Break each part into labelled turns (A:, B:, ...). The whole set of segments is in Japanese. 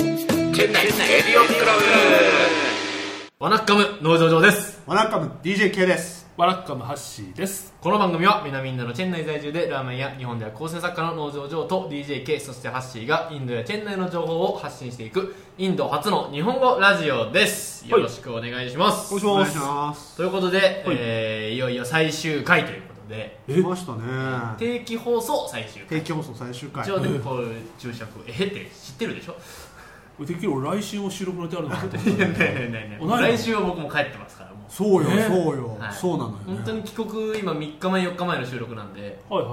A: 店内エディオンクラブ
B: ワナッカム農場上です
C: ワナッカム DJK です
D: ワラッカムハッシーです。
B: この番組は南インドのチェン内在住でラーメンや日本では構成作家の農場上と DJK そしてハッシーがインドやチェン内の情報を発信していくインド初の日本語ラジオですよろしくお願いします、
C: お願いします
B: ということで、えーいよいよ最終回ということで
C: 来ましたね
B: 定期放送最終回
C: 定期放送最終回
B: 一応ねこういう注釈えって知ってるでしょ
D: これてっきり俺来週も収録の予定あるのかと思っ
B: いや
D: た
B: いやいやいやいや
D: 同じ
B: 来週は僕も帰ってますからもう
C: そうよ
D: ね
C: そうよ
B: はい
C: そうなのよね
B: 本当に帰国今3日前4日前の収録なんで
D: はいは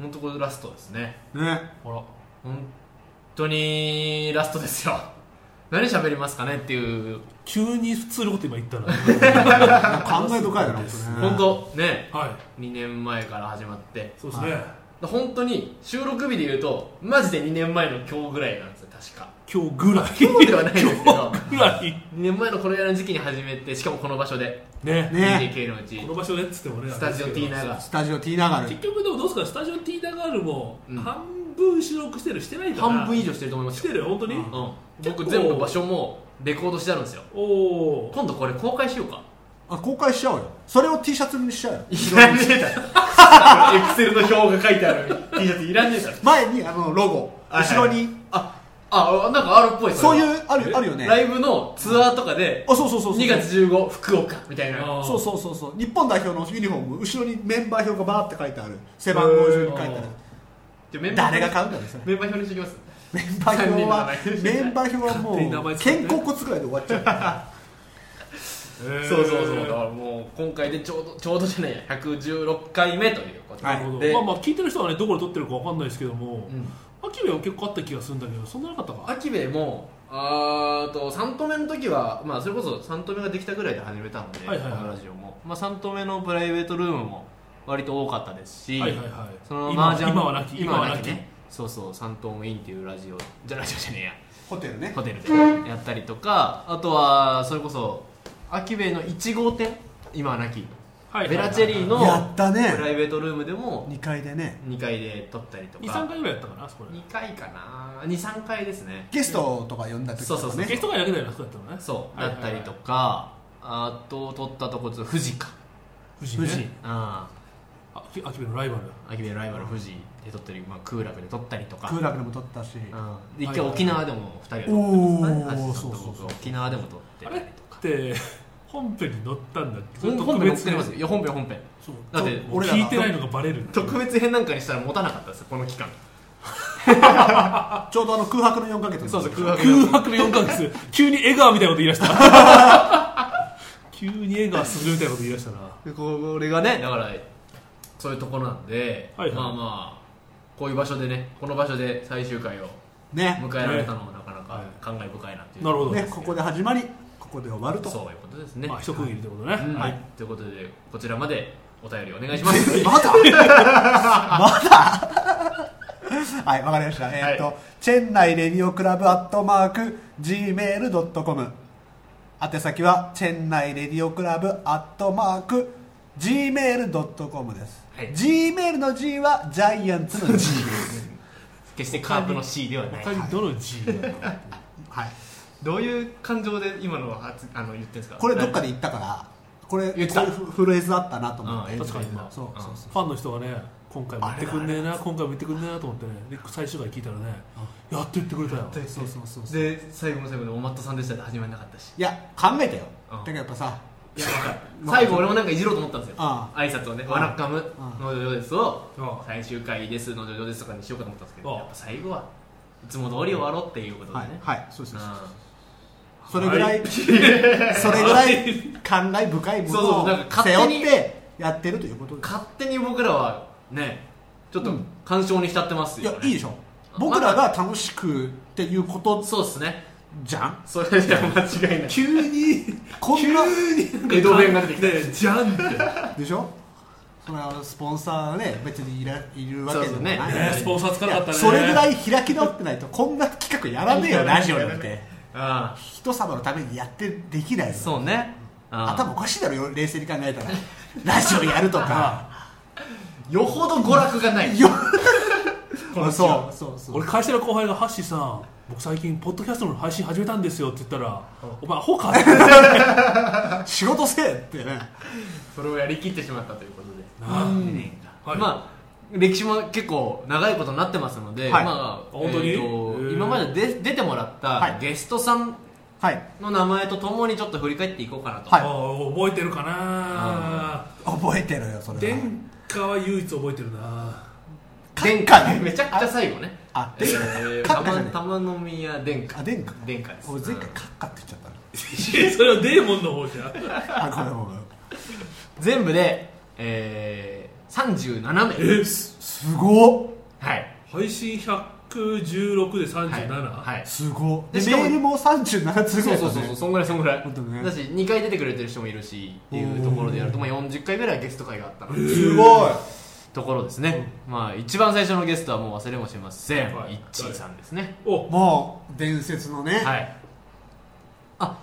B: 本当これラストですね
C: ね
D: いはい。
B: 本当にラストですよ何喋りますかねっていう
D: 急に普通のこと今言ったら。
C: 感慨深いな本当ね
B: 本当ね
D: はい。
B: 2年前から始まって
D: そうですね。
B: 本当に収録日で言うとマジで2年前の今日ぐらいなんですよ確か
D: 今日ぐらい。
B: 今日ではないですけど2
D: ぐらい。
B: 年前のこれぐらいの時期に始めてしかもこの場所で
D: ね。
C: ね
B: DJK のうち
D: この場所でっつってもね。
B: スタジオ T ナ
D: ー
B: が
C: スタジオ T 流れ
D: 結局でもどうですかねスタジオ T ナガールも
B: うん
D: 半分収録してるしてないから。
B: 半分以上してると思いま
D: し
B: す
D: て
B: よ、
D: る本当に
C: うん。
B: うん、
D: 結構
B: 僕全部場所もレコードしてあるんですよ
D: おお。
B: 今度これ公開しようか
C: あ公開しちゃおうよそれを T シャツにしちゃおうよ
B: いらねえだろエクセルの表が書いてある T シャツいらねえだろ
C: 前にあのロゴ
B: はい
C: 後ろに
B: ああなんかあるっぽいれは
C: そういうあるあるよね
B: ライブのツアーとかで
C: あそうそうそうそう
B: 2月15福岡みたいな
C: そうそうそうそう日本代表のユニフォーム後ろにメンバー表がバーって書いてある背番号順に書いてある
B: じゃあメンバー
C: 誰が買うんだろうそれ
B: メンバー表にしてきます
C: メンバー表は
B: 三人の名前
C: メンバー表はも
D: 勝手に名前
C: う
D: 作って
C: 肩甲骨ぐらいで終わっちゃ
D: う
B: そうそうそうだからもう今回でちょうどちょうどじゃないや116回目ということで、
C: はい
D: なるほ
B: で
D: ど。まあまあ聞いてる人はねどこで撮ってるかわかんないですけども
B: うん、
D: 秋部は結構あった気がするんだけどそんななかったか。
B: 秋兵衛もあーと3度目の時は、まあ、それこそ3度目ができたぐらいで始めたので、
D: はいはいはい
B: このラジオも、まあ、3度目のプライベートルームも割と多かったですし、
D: はいはいはい。
B: その
D: 今
B: 麻雀
D: 今はなき
B: 今は
D: 今は
B: なき
D: な
B: ねそうそう「三トンイン」っていうラジオじゃラジオじゃねえや
C: うホテルね
B: ホテルでやったりとかあとはそれこそ秋兵衛の1号店今はなき
D: はい
B: ベラチェリーの
C: やったね
B: プライベートルームでも
C: 2階でね
B: 2階で撮ったりとか
D: 23回ぐらいやったかなそこで
B: 2回かな23回ですね
C: ゲストとか呼んだ時とか
B: そうそうそう
C: ね
D: ゲスト会だけだよなそうだったのね
B: そう
D: はいは
B: だ
D: い
B: っ
D: は
B: た
D: い
B: りとかあと撮ったとこちょっと富士か
D: 富士
C: 富士
D: ね
B: あ
D: あき秋部のライバル
B: 秋兵衛ライバル富士で撮ったり、まあ、空楽で撮ったりとか
C: 空楽でも撮ったし
B: で一回沖縄でも2人は撮ってますね
C: おー
B: アシスタントと僕が沖縄でも撮って
D: あ
B: た
D: れ
B: り
D: っ
B: とか
D: て本編に載ったんだっけ
B: 本本編も作りますよいや本編本編
D: そう
B: だって
D: もう
C: 俺らが
D: 聞いてないのがバレる
B: 特別編なんかにしたら持たなかったですよこの期間
C: ちょうどあの空白の4ヶ月の
B: そうそう空白
D: 空白の4ヶ月急に江川みたいなこと言い出した 急に江川するみたいなこと言い出したな
B: でこれがねだからそういうところなんで、
D: はいはい
B: まあまあこういう場所でねこの場所で最終回を
C: ね
B: 迎えられたのもなかな
D: は
B: か
D: い
B: 感慨深いなっていう
D: なるほど、
C: ねここで始まりここで終わると
B: そういうことですね、
D: まあ一区切りってことね、
B: うん
D: はい
B: ということでこちらまでお便りお願いします
C: まだまだはいわかりましたえーっ
B: は
C: とチェン内レディオクラブアットマーク Gmail.com 宛先はチェン内レディオクラブアットマーク Gmail.com です
B: はい
C: Gmail の G はジャイアンツの G
B: 決してカープの C ではない
D: 他にどの G が
C: はい
B: どういう感情で今のはあの言ってんですか
C: これどっかで言ったからこれこう
B: 言
C: い
B: っ
C: う
B: てた
C: フレーズあったなと思って
B: うん
D: 確かにまあ
C: そうそう
D: ファンの人がね今回も言ってくんねえな今回も言ってくんねえなと思ってねで最終回聞いたらねやっと言ってくれたよ
C: そうそうそうそう
B: で最後の最後で「おまっとさんでした」って始まんなかったし
C: いや考えたよ
B: うん
C: てかやっぱさ
B: いや最後俺もなんかいじろうと思ったんですよ
C: あ
B: 挨拶をね「
C: あ
B: わらっかむ
C: あ
B: の上です」を
D: あ
B: 最終回ですの上ですとかにしようかと思ったんですけど
D: あ
B: やっぱ最後はいつも通り終わろうっていうことで
C: はい
B: ね
C: はいそうそうそう
B: う
C: それぐらい、
D: はい
C: それぐらい感慨深いもの
B: そうそうなん
C: を
B: か
C: 背
B: 勝手に
C: 負ってやってるということ
B: ん
C: です
B: 勝手に僕らはねちょっと
C: うん
B: 感傷に浸ってます
C: い
B: よ
C: や
B: ね、
C: いいでしょ僕らが楽しくっていうこと
B: そうですね
C: じゃん
B: それじゃ間違いない
C: 急にこんな
B: 江戸弁が出てきた
D: ねじゃんって
C: でしょそれはスポンサーね別にいらいるわけでもない
B: そうそう
D: ねスポンサーつか
C: い
D: なかった
C: や
D: ね
C: それぐら
D: い
C: い開き直ってないとこんな企画やらねえよラジオなんて
B: あ
C: 人様のためにやってできない
B: あ
C: よ
B: そうねああ
C: 頭おかしいだろよ冷静に考えたらラジオやるとか
B: よほど娯楽がない
C: よ
B: この
C: そうそうそう
D: 俺会社の後輩がハッシーさん僕最近ポッドキャストの配信始めたんですよって言ったら「お前アホか」って
C: 仕事せえってね
B: それをやりきってしまったということで
D: うんはい
B: まあ歴史も結構長いことになってますので、
C: はい
B: まあ
D: 本当に
B: え
D: へ
B: ーと
D: ー
B: 今までで出てもらった
C: はい
B: ゲストさん
C: はい
B: の名前とともにちょっと振り返っていこうかなと、
C: はい
D: あー覚えてるかな
C: 覚えてるよそれは
D: 殿下は唯一覚えてるな
B: 殿
C: 下
B: 下ねめちゃくちゃ最後ね
C: あ
B: え
C: 殿下
B: ー
C: 閣下じゃない
B: 玉玉宮殿下
C: あ殿下
B: 殿下です
C: 俺前回
B: うん
C: カッカって言っちゃったの
D: いやそれはデーモンの方じゃん
C: あごめんごめん
B: 全部で、えー、37名
D: え
C: すごっ
B: はい
D: 配信116で37、
B: はい、はい、
C: すごっ
B: で
C: で
B: しかも
C: メールも37通ぐ
B: そ
C: ら
B: う
C: い
B: そ
C: だ
B: うそう
C: った
B: そ
C: ね
B: うそんぐらいそんぐらい
C: 本当ね
B: だし2回出てくれてる人もいるしっていうところでやると、まあ、40回ぐらいはゲスト会があったのです
C: ごい
B: ところですね、まあ一番最初のゲストはもう忘れもしません、
D: はい
B: いっちーさんですね
D: お
C: もう伝説のね
B: はいあ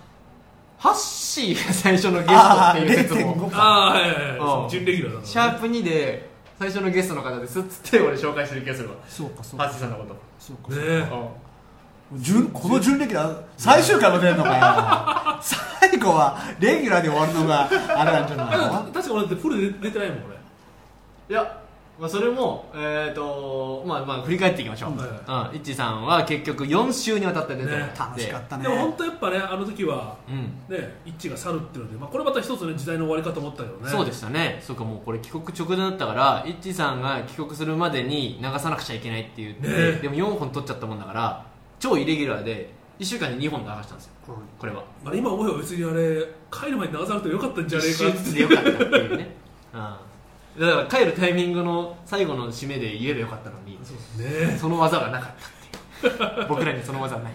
B: ハッシーが最初のゲス
C: あ
B: ト
C: あ
B: っていう説も
C: 0.5か
D: ああはいはいは
B: うん
D: い準レギュラーだ
B: シャープ2で最初のゲストの方ですっつって俺紹介してる気がするわ
C: そうかそう
B: ハッ
C: か
B: シーさんのこと
C: そうか
D: ね
C: 順この準レギュラー最終回も出るのかよ最後はレギュラーで終わるのがあれなんじゃない
D: あ
C: の
D: 確か俺だってフルで出てないもん俺
B: いや、まあ、それも、えーとまあ、まあ振り返っていきましょう、うん
D: はい
B: いっちーさんは結局4週にわたって出てもらて
D: ね
C: 楽しかったね
D: でも本当やっぱねあの時は
B: うん
D: ね一致が去るっていうので、まあ、これまた一つね時代の終わりかと思ったけどね
B: そうでしたねそうかもうこれ帰国直前だったからいっちさんが帰国するまでに流さなくちゃいけないって言って、
D: ね
B: でも4本取っちゃったもんだから超イレギュラーで1週間に2本流したんですよ
C: うん
B: これは
D: あれ今思えば別にあれ帰る前に流さなくてよかったんじゃ
B: 1
D: ねえ
B: 週
D: かっ
B: ず
D: て
B: つでよかったっていう ね、うん、だから帰るタイミングの最後の締めで言えばよかったのに
D: ね
B: その技がなかった っていう僕らにその技はない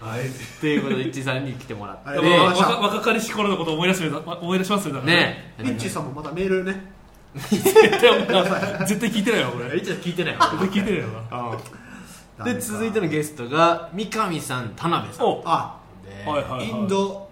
D: はい
B: っていうことでいっちさんに来てもらっ
C: あ
B: て
D: で
C: りがとうござい
D: も
C: ました
D: 若若かりし頃のことを思い出し思い出しますよだから
B: ね
C: イッチー さんもまだメールね
D: 絶対絶対聞いてないわ俺
B: いやいっちさん聞いてない
D: 絶対聞いてないわ
B: で続いてのゲストが三上さん田辺さん
D: お
C: あ
B: で、
D: はいはい
C: インド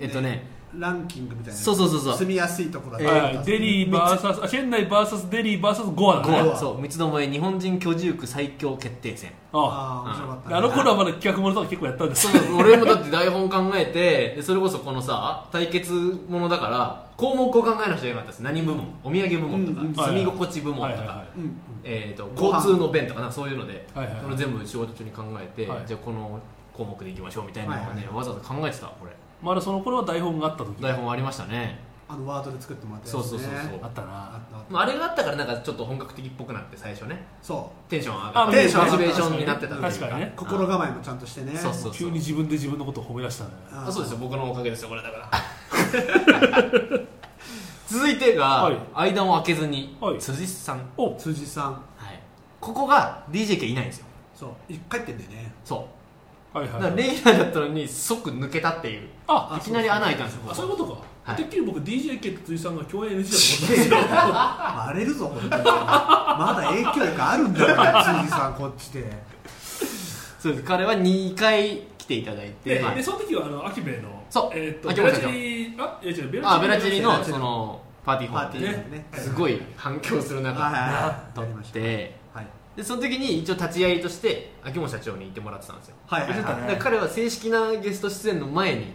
B: えっとね
C: ランキングみたいな
B: そうそうそうそう
C: 住みやすいところだね
D: はい、デリー VS あチェンナイ VS デリー VS ゴアだ
B: ゴア
D: ね
C: ゴア
B: そう三つどもえ日本人居住区最強決定戦
D: あ
C: ああ面白かった
D: あ
C: ね
D: あの頃はまだ企画ものとか結構やったんです
B: そ
D: よ
B: う 俺もだって台本考えてでそれこそこのさ対決ものだから項目を考えなくちゃいけなかったです何部門お土産部門とか、
C: うんうん
B: 住み心地部門とか、
D: はいはいはい
C: うん
B: えー、と
C: ご飯
B: 交通の便とかなんかそういうので、
D: はいはいはい
B: それ全部仕事中に考えて、
D: はい
B: じゃあこの項目でいきましょうみたいなのをね、
C: はい
B: わざわざ考えてたこれ
D: まだその頃は台本があった時
B: 台本ありましたね
C: あのワードで作ってもらったやつ
B: そ
C: ね
B: うそうそうそう
D: あった
C: あ
D: な
C: ったあった
B: まああれがあったからなんかちょっと本格的っぽくなって最初ね
C: そ
B: テンション上がっ
D: あ
B: て
D: テン
B: モ
D: シ
B: チ
D: ョン上がった
B: ベーションになってたという
D: 確かにね
C: う心構えもちゃんとしてね
B: そうそうそう
D: 急に自分で自分のことを褒め出したね
B: あそうです
C: よ
B: よ僕のおかげですよこれだから 続いてが、
D: はい
B: 間を空けずに、
D: はい
B: 辻さん、は
D: お
C: 辻さん
B: い、ここが DJK いないんですよ
C: そう帰ってんだよね
B: そう
D: はい
B: だ
D: は
B: か
D: い
B: らレギュラーだったのに即抜けたっていう
D: あ
B: いきなり穴開いたんですよ
D: あそういうことか、
B: はい
D: てっきり僕 DJK と辻さんが共演 NG だと思ったんですよ
C: 荒れるぞ本当にまだ影響力あるんだから 辻さんこっちで
B: そうです彼は2回来ていただいて、
D: で
B: はい
D: でその時はあのアキベの
B: そう
D: えーっと
B: アキ
D: ベ
B: ベ
D: ラ
B: 社
D: チ
B: 長
D: リあいや違うベ
B: あベ
D: ラ
B: ラ
D: チ
B: チ
D: リ
B: リ
D: の
B: のそのパーティーホ
C: パ
B: ー
C: ー
B: ル
C: テ
B: で
C: ィーでね
B: すごい反響する中
C: はいはいはい
B: 撮
C: やりま
B: っ
C: してたはい
B: でその時に一応立ち会いとして秋元社長にいてもらってたんですよ
C: はいはい
B: だ
C: はい
B: から彼は正式なゲスト出演の前に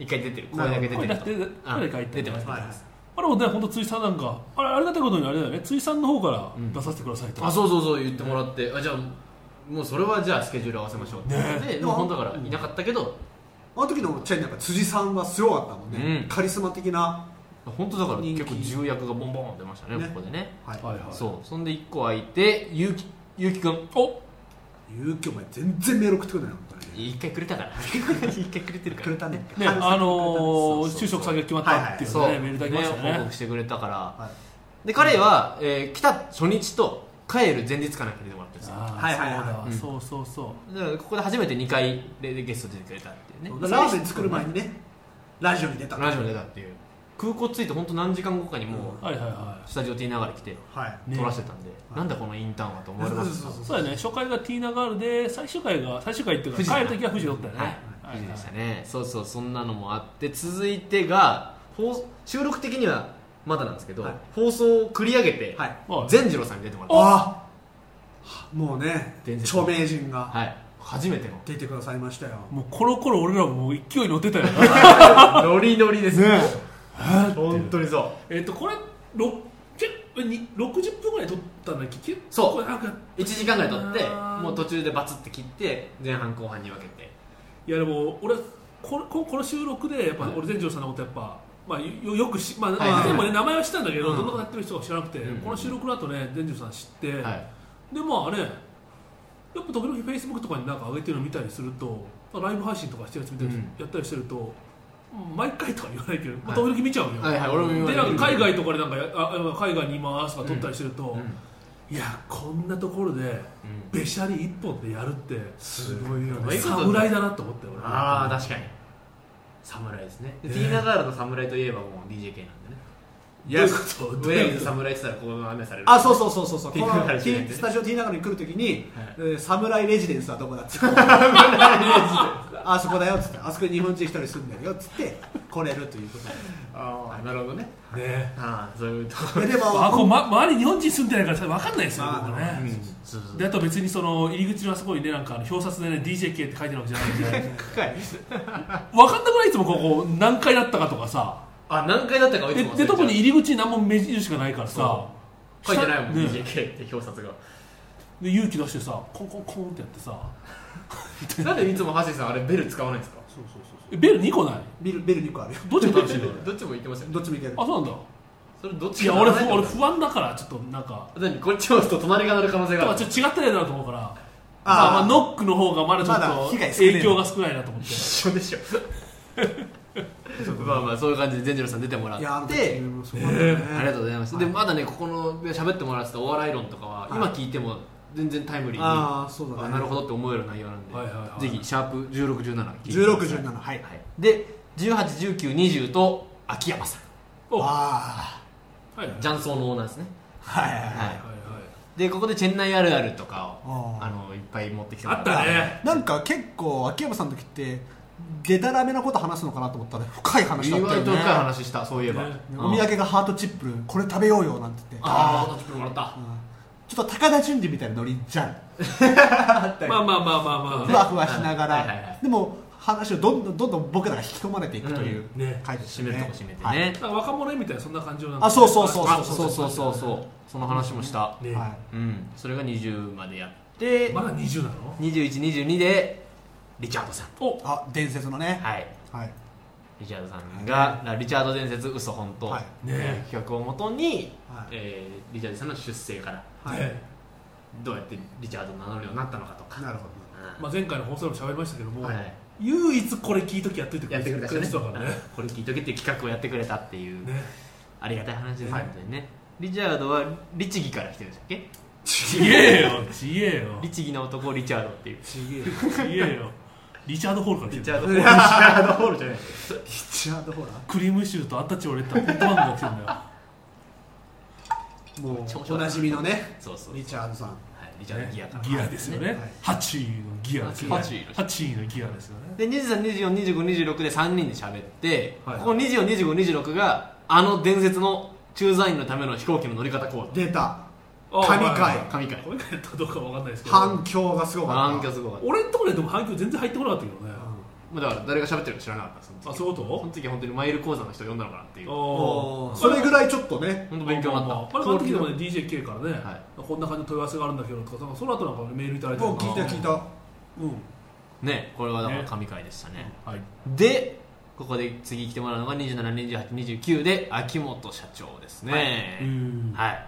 B: 一回出てる声だけ出て
D: 声
B: る
D: 出して
B: うん
D: 声が入って
B: 出てます、
C: はい
B: 出
C: は
B: て
C: い
B: ます
D: あれもね本当辻さんなんかあれありがたいことにあれだよね辻さんの方から
B: うん
D: 出させてくださいと、
B: あそうそうそう言ってもらってあじゃあもうそれはじゃあスケジュール合わせましょうって言って
C: ね
B: でもう本当だからいなかったけど
C: あの時のチェンなんか辻さんはすごかったもんね、
B: うん
C: カリスマ的な、
B: 本当だから
C: 人気
B: 結構重役がボンボン出ましたね
C: ね
B: ここでね
C: はい
D: はいはい
B: そうそんで1個空いてゆうきゆうきくん
D: お
C: ゆうきお前全然メール送ってくれないの本当に
B: 一回くれたから一回くれてるから
C: くれたね
D: ね
C: 春さん
D: あの
B: そうそ
D: ー、
B: うそう
D: 就職先が決まったっていうね、
B: そう
D: メールいただきました
B: ね報
D: ね
B: 告してくれたから、
C: は
B: で彼は、えー来た初日と帰る前日かなんか出てもらってるんですよ
D: あー
C: はいはいはい
D: そうだ
B: う
D: そう
B: ん
D: そうそ
B: だからここで初めて2回でゲスト出てくれたっていうね
C: いラーメン作る前にねラジオに出た
B: ラジオに出たっていう空港着いて本当何時間後かにも
D: うはいはいは
B: うスタジオ T 流れ来て
C: はい
D: ね
B: 撮らせてたんで、
C: はい
B: なんだこのインターンはと思われました
D: いそうだよね初回がティーナガールで最終回が最終回っていうか
B: 富士だ
D: 帰
B: な
D: る時は富士だったよね、
B: はい
D: はい
B: いいでしたねそうそうそんなのもあって続いてが放収録的にはまだなんですけど、
C: はい
B: 放送を繰り上げて、
C: はい
D: はい
B: 善次郎さんに出てもらった
C: あもうね
B: 伝説
C: 著名人が
B: はい、初めての
C: 出てくださいましたよ
D: もうコロコロ俺らももう勢いに乗ってたよな
B: ノリノリです
C: ね
B: 本当にそう
D: えっとこれろ結構に60分ぐらい撮ったんだっけ結構
B: そう
D: なんか
B: 1時間ぐらい撮って
D: あー
B: もう途中でバツって切って前半後半に分けて
D: いやでも俺はこのここの収録でやっぱ
B: はい
D: 俺全城さんのことやっぱまあよよくしまあ
B: いはい
D: でもね名前は知ったんだけど
B: うん
D: どんなことやってる人か知らなくて
B: うん
D: この収録の後ね全城さん知ってで
B: はい
D: まあねやっぱ時々フェイスブックとかになんか上げてるの見たりするとライブ配信とかしてるやつ見たり
B: うん
D: やったりしてると毎回とは言わないけどまあ
B: はい
D: 時々見ちゃうよ
B: はいはい俺も見ます
D: でなんか海外とかでなんかやああの海外に今あすか撮ったりしてると
B: うん
D: いやこんなところでべしゃり一本でやるって
B: すごいよね
D: 侍だなと思ったよ俺
B: ああ確かに侍ですねで
D: ね
B: T ナガールの侍といえばもう DJK なんでね
D: いやそう
B: ウェーブ侍って言ったらこの雨される
C: あそうそうそうそうそうこ
B: ティー
C: の
B: ナガル
C: T-
B: ね
C: スタジオ T 長野に来るときに
B: はい
C: えー「サムライレジデンスはどこだ?」っつって「 あそこだよ」っつって「あそこに日本人一人住んでるよ」っつって来れるということ
B: ああなるほどね
D: ね
B: ああそういうと
C: でえでも
D: あこう、ま、周り日本人住んでないからさ分かんないですよ、
C: まあ
D: 僕
B: う
D: ね、
B: そうそう
D: であと別にその入り口のあそこにねなんかあの表札でね DJK って書いてるわけじゃないんで
B: 深い
D: 分かんなくないいつもここ何階だったかとかさ
B: あ何回だったかいつ
D: で
B: も忘れちゃ
D: で
B: う
D: 特に入り口に何も目印がないからさ
B: 書いてないもん
D: ね
B: DJK って表札が
D: で勇気出してさコンコンコンってやってさ
B: なんでいつもハシさんあれベル使わないんですか
C: そうそうそう
D: えベル2個ない
C: ビルベル2個あるよ
D: どっちが正しいの
B: どっちもいけますよね
C: どっちもいける
D: あそうなんだ
B: それどっ
D: い
B: ち
D: や俺ふ
B: か
D: 俺不安だからちょっとなんか
B: 何こっちを押すと隣が鳴る可能性
D: だか
B: があ
D: ら
B: る
D: ちょっと違ったやつだと思うから
C: あー
D: まあまあノックの方がまだちょ
C: まだ
D: っと
C: 被害少ない
D: 影響が少ないなと思って
B: 一緒でしょ まあまあそういう感じで善次郎さん出てもらっ
C: い
B: て
C: やあの時
B: あ
C: もそうだったね
B: りがとうございました、でまだねここの喋ってもらってたお笑い論とかは、
C: はい
B: 今聞いても全然タイムリーに
C: ああそうだ
B: あ
C: ね
B: なるほどって思える内容なんで、
D: はいはいはい
B: ぜひシャープ1617
C: 1617はい
B: で181920と秋山さん
D: おは
C: あ
D: いはい
B: 雀荘のオーナーですね
C: あはいはいはい
B: は
D: はい
B: い
D: はい
B: でここでチェンナイあるあるとかを
C: あー
B: あのいっぱい持ってきて
D: あったね
C: なんか結構秋山さんの時ってでたらめなこと話すのかなと思ったら深い話
B: 意
C: だった
B: 外
C: よ
B: と深い
C: ね
B: 話したそういえば、
D: ね
B: うん
C: お土産がハートチップルこれ食べようよなんて言って
B: ああもらった
C: ちょっと高田純次みたいなノリじゃん
D: まあまあまあまあまあ
C: ふわふわしなが
B: はいはいはいは
C: らでも話をどんどんどんどん僕らが引き込まれていくという
D: うんね
C: 回でした
B: 締めるとこ締めてね、
C: はい
D: なんか若者みたいなそんな感じのなんか
C: あそうそうそう
B: あそうそうそうそうその話もした、
D: ね
C: は
B: うんそれが20までやって、
D: まだ20なの
B: 2122でリチャードさん
D: お
C: あ伝説のね
B: はい
C: はい
B: リチャードさんが、リチャード伝説嘘本当、
C: はい
D: ね
B: 企画をもとに、
C: はい
B: えーリチャードさんの出生から
C: はい
D: ね
B: どうやってリチャードを名乗るようになったのかとか
C: なるほ
B: うん
D: まあ前回の放送でも喋りましたけども
B: はい
D: 唯一これ聞いときやっといてく
B: や
D: れ
B: ってくれた人ね
D: 人だからね
B: うんこれ聞いとけっていう企画をやってくれたっていう、
D: ね
B: ありがたい話です、
C: はい
B: 本当にねリチャードは律儀から来てるんでしたっけ
D: ちげえよちげえよ
B: 律儀な男リチャードっていう
D: ちげえよちげえ よリチャード・ホールから来
B: リ
D: て
B: チャ
D: る
B: ードホールリチャードホールじゃない
C: どリチャード・ホラ
D: クリームシューとアンタッチ俺ってホットバンドが来てるんだよ
C: も
B: ちょ
C: うおなじみのね
B: そうそう
C: リチャードさん
B: はい、リチャードギアから、
D: ギアですよね
C: はい
D: 8位のギアですよね
B: 8位の
D: 8位のギアですよね
B: で23242526で3人で喋って、
D: はい
B: ここ242526があの伝説の駐在員のための飛行機の乗り方講座
C: 出た
D: あ
C: 神
D: はいはい
B: 神
C: 回
B: 回
D: こういうのやったかどうかわかんないですけど
C: 反響がすごか
B: 反
C: っ
B: 響すごかった
D: 俺んところででも反響全然入ってこなかったけどね
B: まあだから誰が喋ってるか知らなかったその時
D: あそういう
B: その
D: こ
B: 時本当にマイル講座の人呼んだのかなってい
D: と
B: う本
C: た
D: お
C: お
D: ー
C: ーそれぐらいちょっとね
B: 当勉強になった、
D: まあまあまあ、この時でもね DJK からね、
B: はい
D: こんな感じの問い合わせがあるんだけどとかその後なんかメールいただいて
C: もう聞いた聞いたうん
B: ねこれはだから神回でしたね
D: はい
B: でここで次来てもらうのが272829で秋元社長ですね
D: え
B: はい、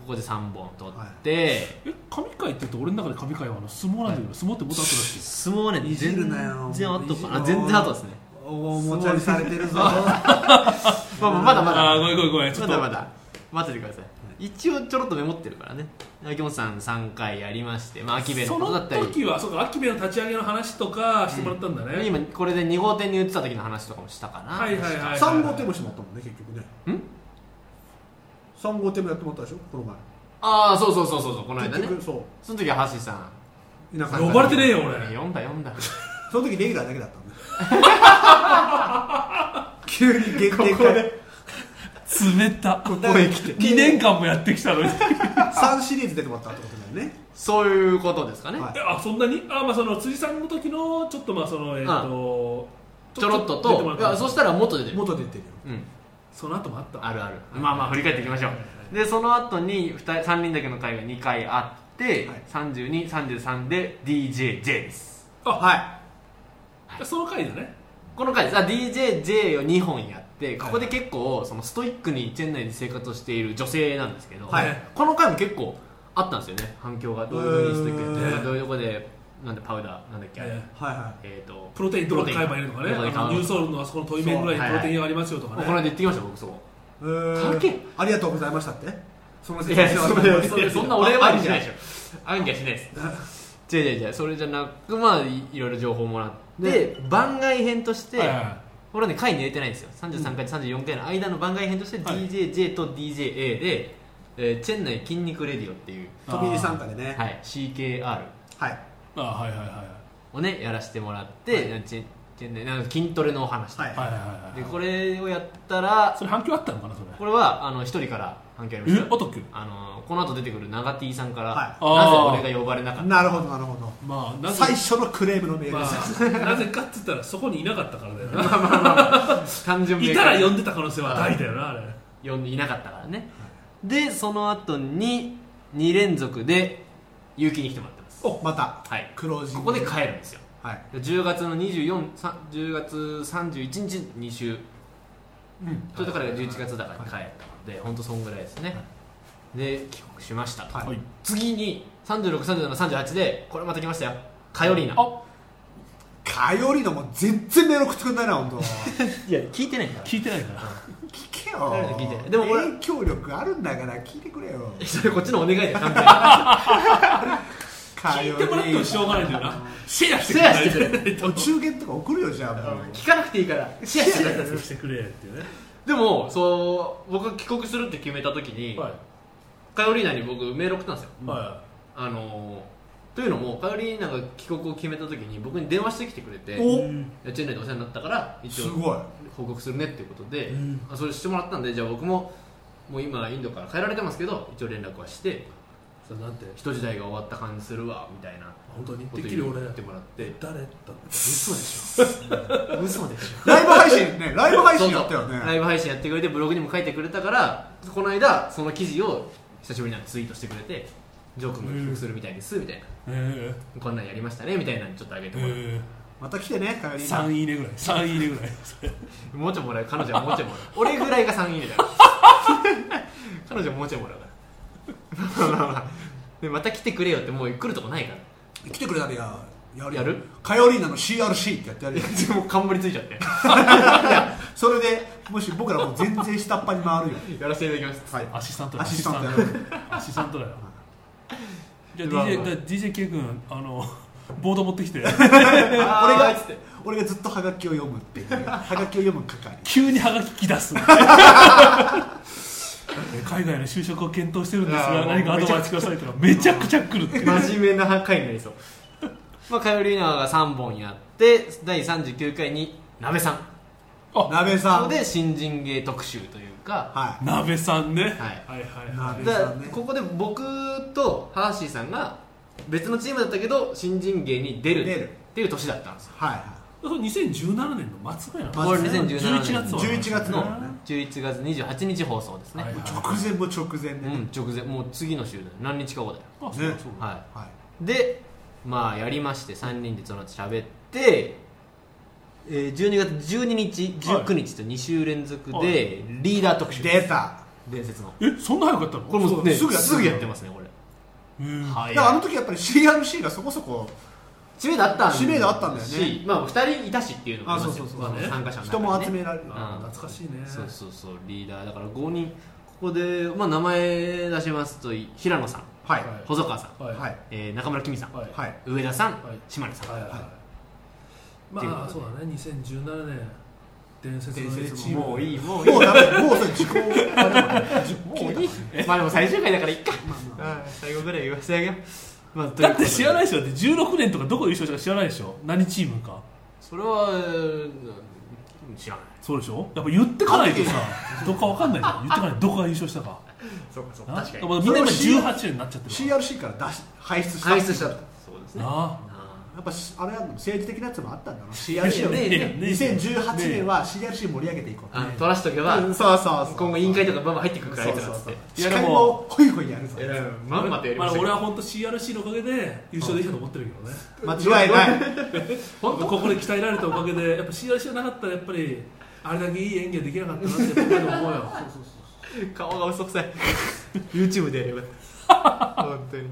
B: ここで3本取って、
D: 神回って言うと俺の中で神回はあの相撲なんだけど、相撲ってもっとあったらしい
B: 相撲はね
C: いじるなよ
B: 全然後か
C: い
B: あ
C: じる
B: 全然後ですね
C: おもちゃにされてる ぞ
B: まあまあまだまだ
D: あーごめんごめんごめんちょ
B: ま
D: っと
B: だまだ待っててください一応ちょろっとメモってるからね秋元さん3回やりまして、まあ、秋部の
D: そ
B: ことだ
D: の
B: ったり
D: 時はそうか秋部の立ち上げの話とかしてもらったんだね、はい
B: 今これで2号店に移った時の話とかもしたかな
D: はいはいはい
C: 3号手もしてもらったもんね結局ね
B: ん
C: 3号手もやってもらったでしょこの前
B: ああそうそうそうそうそうこの間ね
C: 結局そ
B: その時は橋さん
C: ういなかった
D: 呼ばれてねえよ俺
B: 読んだ読んだ
C: その時レギュラーだけだ ったんだ急に限定
B: ここで
C: 会
D: 滑ったこ
C: こへ来て
D: 2年間もやってきたのに
C: 3シリーズ出てもらったってことだよね
B: そういうことですかね、
C: はい
D: あそんなにあ、まあ、その辻さんの時のちょっとまあそのえっ、と
B: ちょろっと
D: 出てもらっ
B: とい
D: た
B: やそしたらもっと出てる、
C: 元出てるよ
B: うん、
D: その後もあった
B: あるあるまあまあ振り返っていきましょうでその後に二人3人だけの会が2回あって、
C: はい
B: 3233で DJJ です
D: あ
C: は
D: その回だね
B: この回ですあ DJJ を2本やってここで結構そのストイックにチェン内で生活をしている女性なんですけど、
C: はい
B: この回も結構あったんですよね反響がどういうふうにストイックやって
D: へー
B: るどういうとこでなんでパウダーなんだっけあれ、
D: え
C: いはいは
B: えー、と
D: プロテインどこで買えばいいのかね
B: どこで買
D: あ
B: う
D: のニューソールのあそこのトイメンぐらいに
B: そう
D: プロテインがありますよとか
B: もう
D: ね
B: この間言ってきました僕そこ
C: いえー
B: かけ
C: ありがとうございましたってその
B: い
C: 説明
B: や
C: して
B: そ
C: も
B: れ
C: らっ
B: は
C: て
B: それそんなお礼はしないでしょ暗記はしないです違う違う違うそれじゃなくまあいいろいろ情報もらって番外編として
D: はいはいはい
B: これはね回に入れてないんですよ33回と34回の間の番外編として
D: はい
B: DJJ と DJA で、えーチェン内筋肉レディオっていう、
C: 飛び入り参加でね
B: はい、CKR
C: はい
D: あはいはいはい
B: をねやらせてもらって、なんかチェンチェン内なんか筋トレのお話とか、
C: はい
D: はいはいはい
B: でこれをやったら
D: それ反響あったのかなそれ
B: これはあの一人から反響ありまし
D: え
B: た
D: あったっけ
B: あのこの後出てくる長 T さんから、
C: はい
D: あー
B: なぜ俺が呼ばれなかった
C: なるほどなるほど
D: まあなぜ
C: 最初のクレームのメール
D: ま
C: ですよ、
D: あ、なぜかって言ったらそこにいなかったからだよ な
B: 単純明
D: い
B: 快
D: たら呼んでた可能性は大だよなあれ
B: 呼んでいなかったからね、でその後に2連続で結城に来てもらってます
C: おまた
B: はい
C: クロージング
B: ここで帰るんですよ
C: はい
B: 10月の24さ10月31日2週
C: うん
B: ちょっとだから11月だから帰ったので本当そんぐらいですね、で帰国しました、
C: はい
D: はい
B: 次に363738でこれまた来ましたよカヨリーナ
D: あ
C: かよりのもう全然メール送ってくんないな本当 聞
B: いや聞いてない から
D: 聞いてないから
C: けよ
B: 聞いてでも俺
C: 影響力あるんだから聞いてく れよ
B: それこっちのお願いで完全に
D: 聞いてもらってもしょうがないんだよなシェアしてく
B: シェアしてくれ
D: れ
C: お中元とか送るよじゃあもう
B: 聞かなくていいからシェアしてください
D: してくれっていうね、
B: でもそう僕が帰国するって決めた時に、
D: はい
B: カヨリーナに僕メール送ったんですよ、
D: は
B: あのーというのもカヨリーナが帰国を決めた時に僕に電話してきてくれて
D: い、
C: お
B: いやチェンナイでお世話になったから一
C: す
B: 応
C: ごい
B: 報告するねっていうことで、
D: うん
B: あそれしてもらったんでじゃあ僕ももう今インドから帰られてますけど一応連絡はして
D: それなんて
B: 人時代が終わった感じするわみたいな
D: 本当に
B: こと
D: てっきり俺
B: 言ってもらって
D: 誰だったの
B: 嘘でしょ嘘でしょ
C: ライブ配信ねライブ配信やったよ
B: そうそうラ
C: ね
B: イブ配信やってくれてブログにも書いてくれたからこの間その記事を久しぶりにツイートしてくれてジョー君が帰国するみたいですみたいな
D: え
B: こんなんやりましたねみたいなのちょっとあげ
D: え
B: てもらう、
C: また来てねかより
D: 3いいねぐらい3いいねぐらい
B: もうちょいもらう彼女はもうちょいも らう俺ぐらいが3位だ よ彼女はもうちょいもらうから まあまあまあでまた来てくれよってもう来るとこないから
C: 来てくれたらややる
B: やる
C: カヨリーナの CRC ってやってやるよ
B: もう冠ついちゃって
C: それでもし僕らもう全然下っ端に回るよ
B: やらせていただきます
C: はい
D: アシスタントだ
C: アシスタントだ
D: アシスタントだよじゃあ
B: まあまあ
D: DJ だ DJK 君あのボード持ってきて
B: 俺
C: 俺が
B: つって
C: 俺がずっとハガキを読むっていうハガキを読む係
D: 急にハガキき出 すえ海外の就職を検討してるんです
B: いや
D: が
B: ー
D: 何かアドバイスくださいとかめちゃくちゃ来るっていう
B: 真面目な回になりそうまあカヨリーナが3本やって第39回に鍋さん
C: 鍋
B: な
C: さ
B: の
C: ん
B: で新人芸特集というか
C: は
D: 鍋さんねはい
B: はい
D: はいは
C: 鍋
B: だか
C: さ
B: ら
C: んね
B: ここで僕とハーシーさんが別のチームだったけど新人芸に出る
C: 出る
B: っていう年だったんですよ
C: はい
D: それ2017年の末ぐらいなの
B: これ
C: 末
B: 2017年
D: 11月
B: の
D: は
C: 11月の
B: 11月28日放送ですね、
D: はい
C: 直前も直前で
B: う
C: ね
B: ん直前もう次の週だよ何日か後だよ
D: あそうだそうだ
B: は
C: はい
B: いでまあやりまして3人でその後喋って、えー、12月12日19日と2週連続
D: はい
B: でリーダー特集
C: 出た
B: 伝説の
D: えそんな早かったの
B: これもうね
C: そ
B: す
C: う
B: ぐ
C: すぐ
B: や
C: やっ
B: ってて
C: ま
B: ますねこれ
D: うん
B: は
C: だ
B: い
C: からあの時やっぱり CRC がそこそこ
B: 知名度あったん
C: 知名度あったんだよね
B: しまあ、2人いたしっていうのもありますよ
C: あそうそうそう
B: まあ
D: ね
B: 参加者の中にね
C: 人も集められる
B: ん
D: あー懐かしいね
B: そうそうそうリーダーだから5人ここで、まあ、名前出しますと平野さん
C: はい
D: は
B: 細川さん、
D: はい
C: はい
B: えー中村きみさん、
D: はい
C: はい
B: 上田さん、
D: はい
B: 島根さん、
D: はいはい
B: っていう
D: まあ
B: こと
D: そう
B: で
D: だね2017年伝説の A
C: 伝
D: チ
C: 説
D: ーム
C: も
B: いいも
C: もうダメもうそれ 時効あでもね時効
B: もういいまあでも最終回だからいっか、
C: ま
B: あー最後ぐらい言わせてあげよう、まあ、
D: だって知らない
B: い
D: でしょだって16年とかどこ優勝したか知らないでしょ何チームか
B: それはうん知らない
D: そうでしょやっぱ言ってかないとさどっかわかんないじゃん言ってかないどこが優勝したか
B: そうかそう
D: な
B: か確か
D: ま
B: に
D: あみんな今18年になっちゃってるから
C: CRC から出し排出した
B: 排出しちゃったそうですね
D: なあ
B: あ
C: やっぱしあれは政治的なやつもあったん だな
B: ーね
C: CRC を
B: えねえ
D: ねえ
C: 2018年は CRC 盛り上げていこう
B: あの取らしとけば
C: うんそうそうそう
B: 今後委員会とかバンバン入ってくるからあいつらっつって
D: い
C: 司
D: やでも
C: 会もホイホイやるぞ
B: えらいまんまとやり
D: ま
B: ま
D: あ
B: した
D: 俺は本当 CRC のおかげで優勝できたと思ってるけどね
C: 間違いない
D: 本当ここで鍛えられたおかげでやっぱ CRC がなかったらやっぱりあれだけいい演技はできなかったなって僕は思うよ
B: 顔が嘘くさい YouTube でやればよかった本当に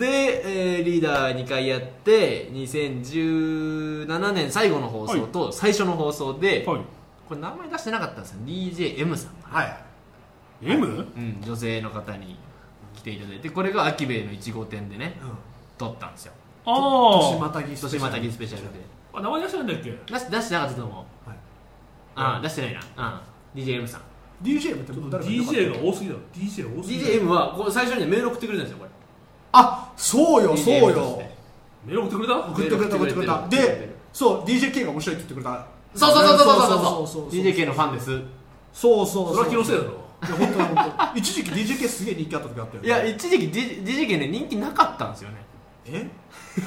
B: で、えーリーダー2回やって2017年最後の放送と最初の放送で、
D: はい
B: これ名前出してなかったんですよ DJM さんが、
C: はい
D: M?
B: うん、女性の方に来ていただいてこれがアキベイの1号店でね撮ったんですよ
D: あ
C: 年ま
D: あ
C: たぎ
B: 年またぎスペシャルで
D: あ名前出してないんだっけ
B: 出し出してなかったと思う、
C: はい
B: ああ出してないな、うん、DJM さん
C: DJ ってもう誰かいなかった
D: DJ が多すぎだろ DJ 多すぎだろ
B: DJM はこう最初にメール送ってくれたんですよこれ
C: あそうよそ
B: DJM と
C: う
B: し
C: よ
B: て
D: メール送ってくれた
C: 送ってくれた送ってくれた
B: メール送ってくれてる
C: でそう DJK が面白いって言ってくれた
B: そうそうそうそうそう
C: そ
B: そう
C: そう
B: う
C: そう
B: DJK のファンです
C: そうそう
D: そうれは気のせいだろ
C: いや本当だ本当一時期 DJK すげえ人気あった時あったよ
B: いや一時期 D- DJK ね人気なかったんですよね、
C: え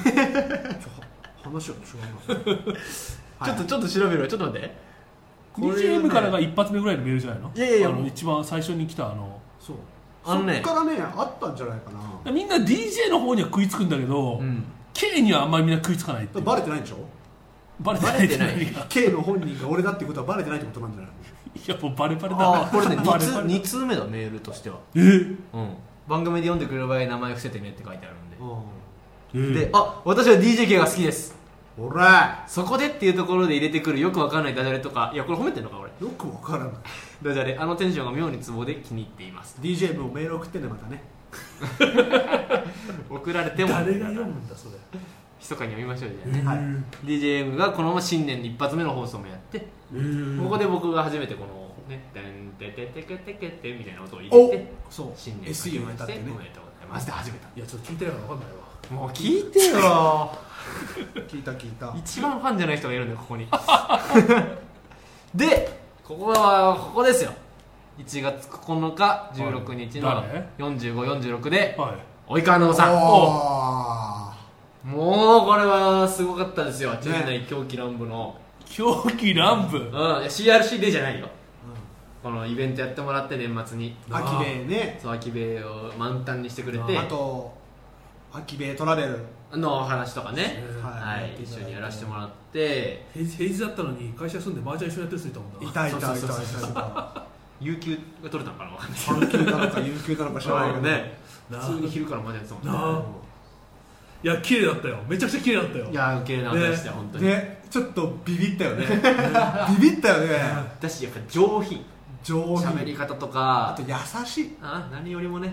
C: ちょ話は違います、は
B: ち
C: い、
B: ょっとちょっと調べろよちょっと待ってこれね
D: DJM からが一発目ぐらいのメールじゃないの
B: いやいやいや
D: あの
B: もう
D: 一番最初に来たあの
C: そう
B: あのね
C: そっからねあったんじゃないかな
D: みんな DJ の方には食いつくんだけど、
B: うん
D: K にはあんまりみんな食いつかないっていう
C: バレてないんでしょ
D: バレて
B: バレてな
D: っ
B: い
D: て何が
C: K の本人が俺だってことはバレてないってことなんじゃない
D: いやもうバレバレだ
B: あ ーこれ ね
D: バ
B: 2
D: レ
B: 通
D: バレ
B: 二通目だメールとしては、
D: えー
B: うん、番組で読んでくれる場合名前伏せてねって書いてあるんで、
C: の
D: えー
B: であ私は DJK が好きです
C: うんおら
B: そこでっていうところで入れてくるよくわかんないダジャレとかいやこれ褒めてんのか俺
C: よくわからない
B: ダジャレあのテンションが妙にツボで気に入ってい ます
C: DJ もメール送ってねまたね
B: 送られても
D: 誰が読むんだそれ
B: 密かに読みましょうじゃあ
D: え
B: ね、
D: ー
C: はい
B: DJM がこのまま新年の一発目の放送もやって
D: えー
B: ここで僕が初めてこのね、てんてててけてけてみたいな音を入れて、
C: そう
B: 新年
C: SE をやったってね
B: おめでとうございますで始めた。
D: いやちょっと聞いてないから分かんないわ
B: もう聞いてよ。
C: 聞いた聞いた
B: 一番ファンじゃない人がいるんだよここに。で、ここはここですよ。1月9日、16日の
D: はい
B: 45、46で、
D: はい
B: 及川直さん。
C: お
B: もうこれはすごかったですよ。10代狂気乱舞の、
D: 狂気乱舞
B: うん、いや CRC でじゃないよ。このイベントやってもらって年末に。
C: ーアキベイね
B: そう秋兵衛を満タンにしてくれて
C: あとアキベイトラベル
B: のお話とかね、
C: は
B: はいい、一緒にやらせてもらって
D: 平日平日だったのに会社住んで麻雀一緒にやってる人いたもんない
C: たいたいたいたい
B: そうそう
C: た
B: 有給が取れたのかなわかんない
C: 半球なのか有給なのか知らないけど
B: ね
D: なあ
B: 普通に昼からまでやってたもんね
D: なあいや綺麗だったよめちゃくちゃ綺麗だったよ
B: いや綺麗な話でしたよ本当に
C: でちょっとビビったよね ビビったよね
B: だしやっぱ上品
C: 上
B: 喋
C: 品
B: り方とか
C: あと優しい
B: あ何よりもね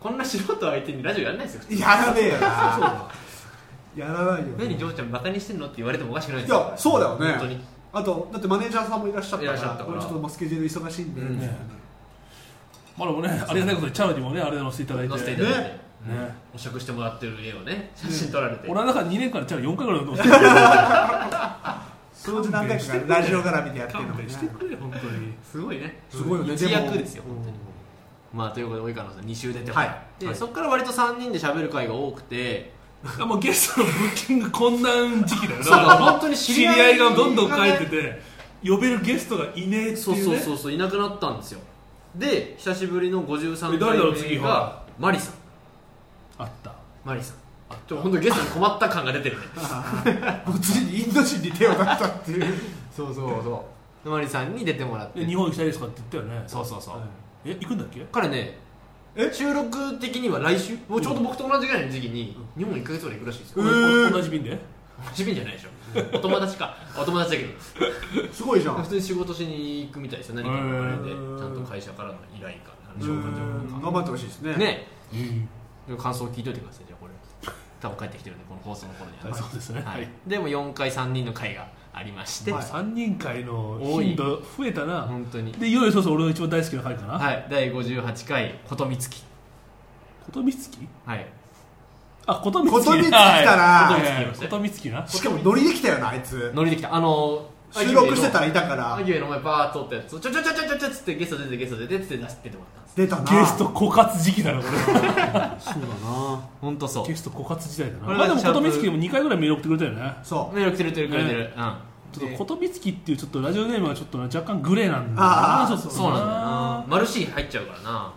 B: こんな素人相手にラジオやらないですよ普通
C: やらねえよなやらないよ
B: 何ジョーちゃんバカにしてんのって言われてもおかしくないで
C: い
B: すよ
C: やそうだよね
B: 本当に
C: あとだってマネージャーさんもいらっしゃった
B: いらっし
C: か
B: ゃ
C: ら
B: ったから
C: 俺ちょっともうスケジュール忙しいんで、
B: うん
C: ね
D: まだもねありがたいことにチャラにもねあれ載せていただいて
B: 載せていただいて
C: ね
D: ね
B: お食してもらってる絵をね写真撮られて
D: 俺の中で2年間でチャラ4回ぐらい載せてる
C: 数字何回かラジオ絡みでやってるの
D: 勘
C: もね
D: 弁してくれよ本当に
B: すごいね
C: すごいよね
B: 一
C: も
B: 役ですよ本当にまあということで及川さん2週出てもらって、
C: はい
B: そこから割と3人で喋る回が多くて、
D: あもうゲストのブッキングこんな時期だよな
B: そう本当に
D: 知
B: 知り
D: り
B: 合い
D: 合いがどんどん帰ってて呼べるゲストがいねえっていうね
B: そうそうそうそういなくなったんですよで久しぶりの53
D: え誰だろう
B: 回目
D: 次
B: が
D: は
B: マリさん
D: あった
B: マリさんちょっと本当にゲストに困った感が出てるね
C: もう次にインド人に手を出したっていう
B: そうそうそうマリさんに出てもらって
D: で日本行きたいですかって言ったよね
B: そうそうそう、
D: はいえ行くんだっけ
B: 彼ね
C: え
B: 収録的には来週もうちょうど僕と同じぐらいの時期に日本1か月ぐらい行くらしいですよ
D: お
C: うん
D: お同じ便で
B: 自分じゃ ないでしょお友達かお友達だけど
C: すごいじゃん
B: 普通に仕事しに行くみたいですよ何かのあれで
C: へー
B: ちゃんと会社からの依頼か何
C: う
B: でしょうか
C: ん頑張ってほしいですね
B: ねえ感想を聞いといてくださいじゃあ これ多分帰ってきてるんでこの放送の頃には、
D: はいそうですね
B: はい、でも4回3人の回がありまして、
C: はい
D: 3人会の頻度増えたな
B: 本当に
D: でいよいよそうそう俺の一番大好きな回かな
B: はい第58回琴美月
D: 琴美月
B: はい
D: あ琴美月
C: 琴美月来たな
D: はいはい
B: 琴美月来まし
D: 琴美月な
B: た
C: しかもノリできたよなあいつ
B: 乗りできたあの
C: 収録してたらいたから
B: アギュエの前バーッとったやつをちょちょちょちょちょちょっつってゲスト出てゲスト出てっつって出してもらったんです
C: 出たな
D: ゲスト枯渇時期だなこれは
C: そうだな
B: 本当そう
D: ゲスト枯渇時代だな
B: これ
D: まあでも
B: ちゃん
D: こととみつきでも2回ぐらいメール送ってくれたよね
C: そう
B: メール来てる来てるくれてるうん
D: ちょっとことみつきっていうちょっとラジオネームはちょっとな若干グレーなんだ
C: あー
D: そうそう
B: そうなんだよなマルシー入っちゃうからな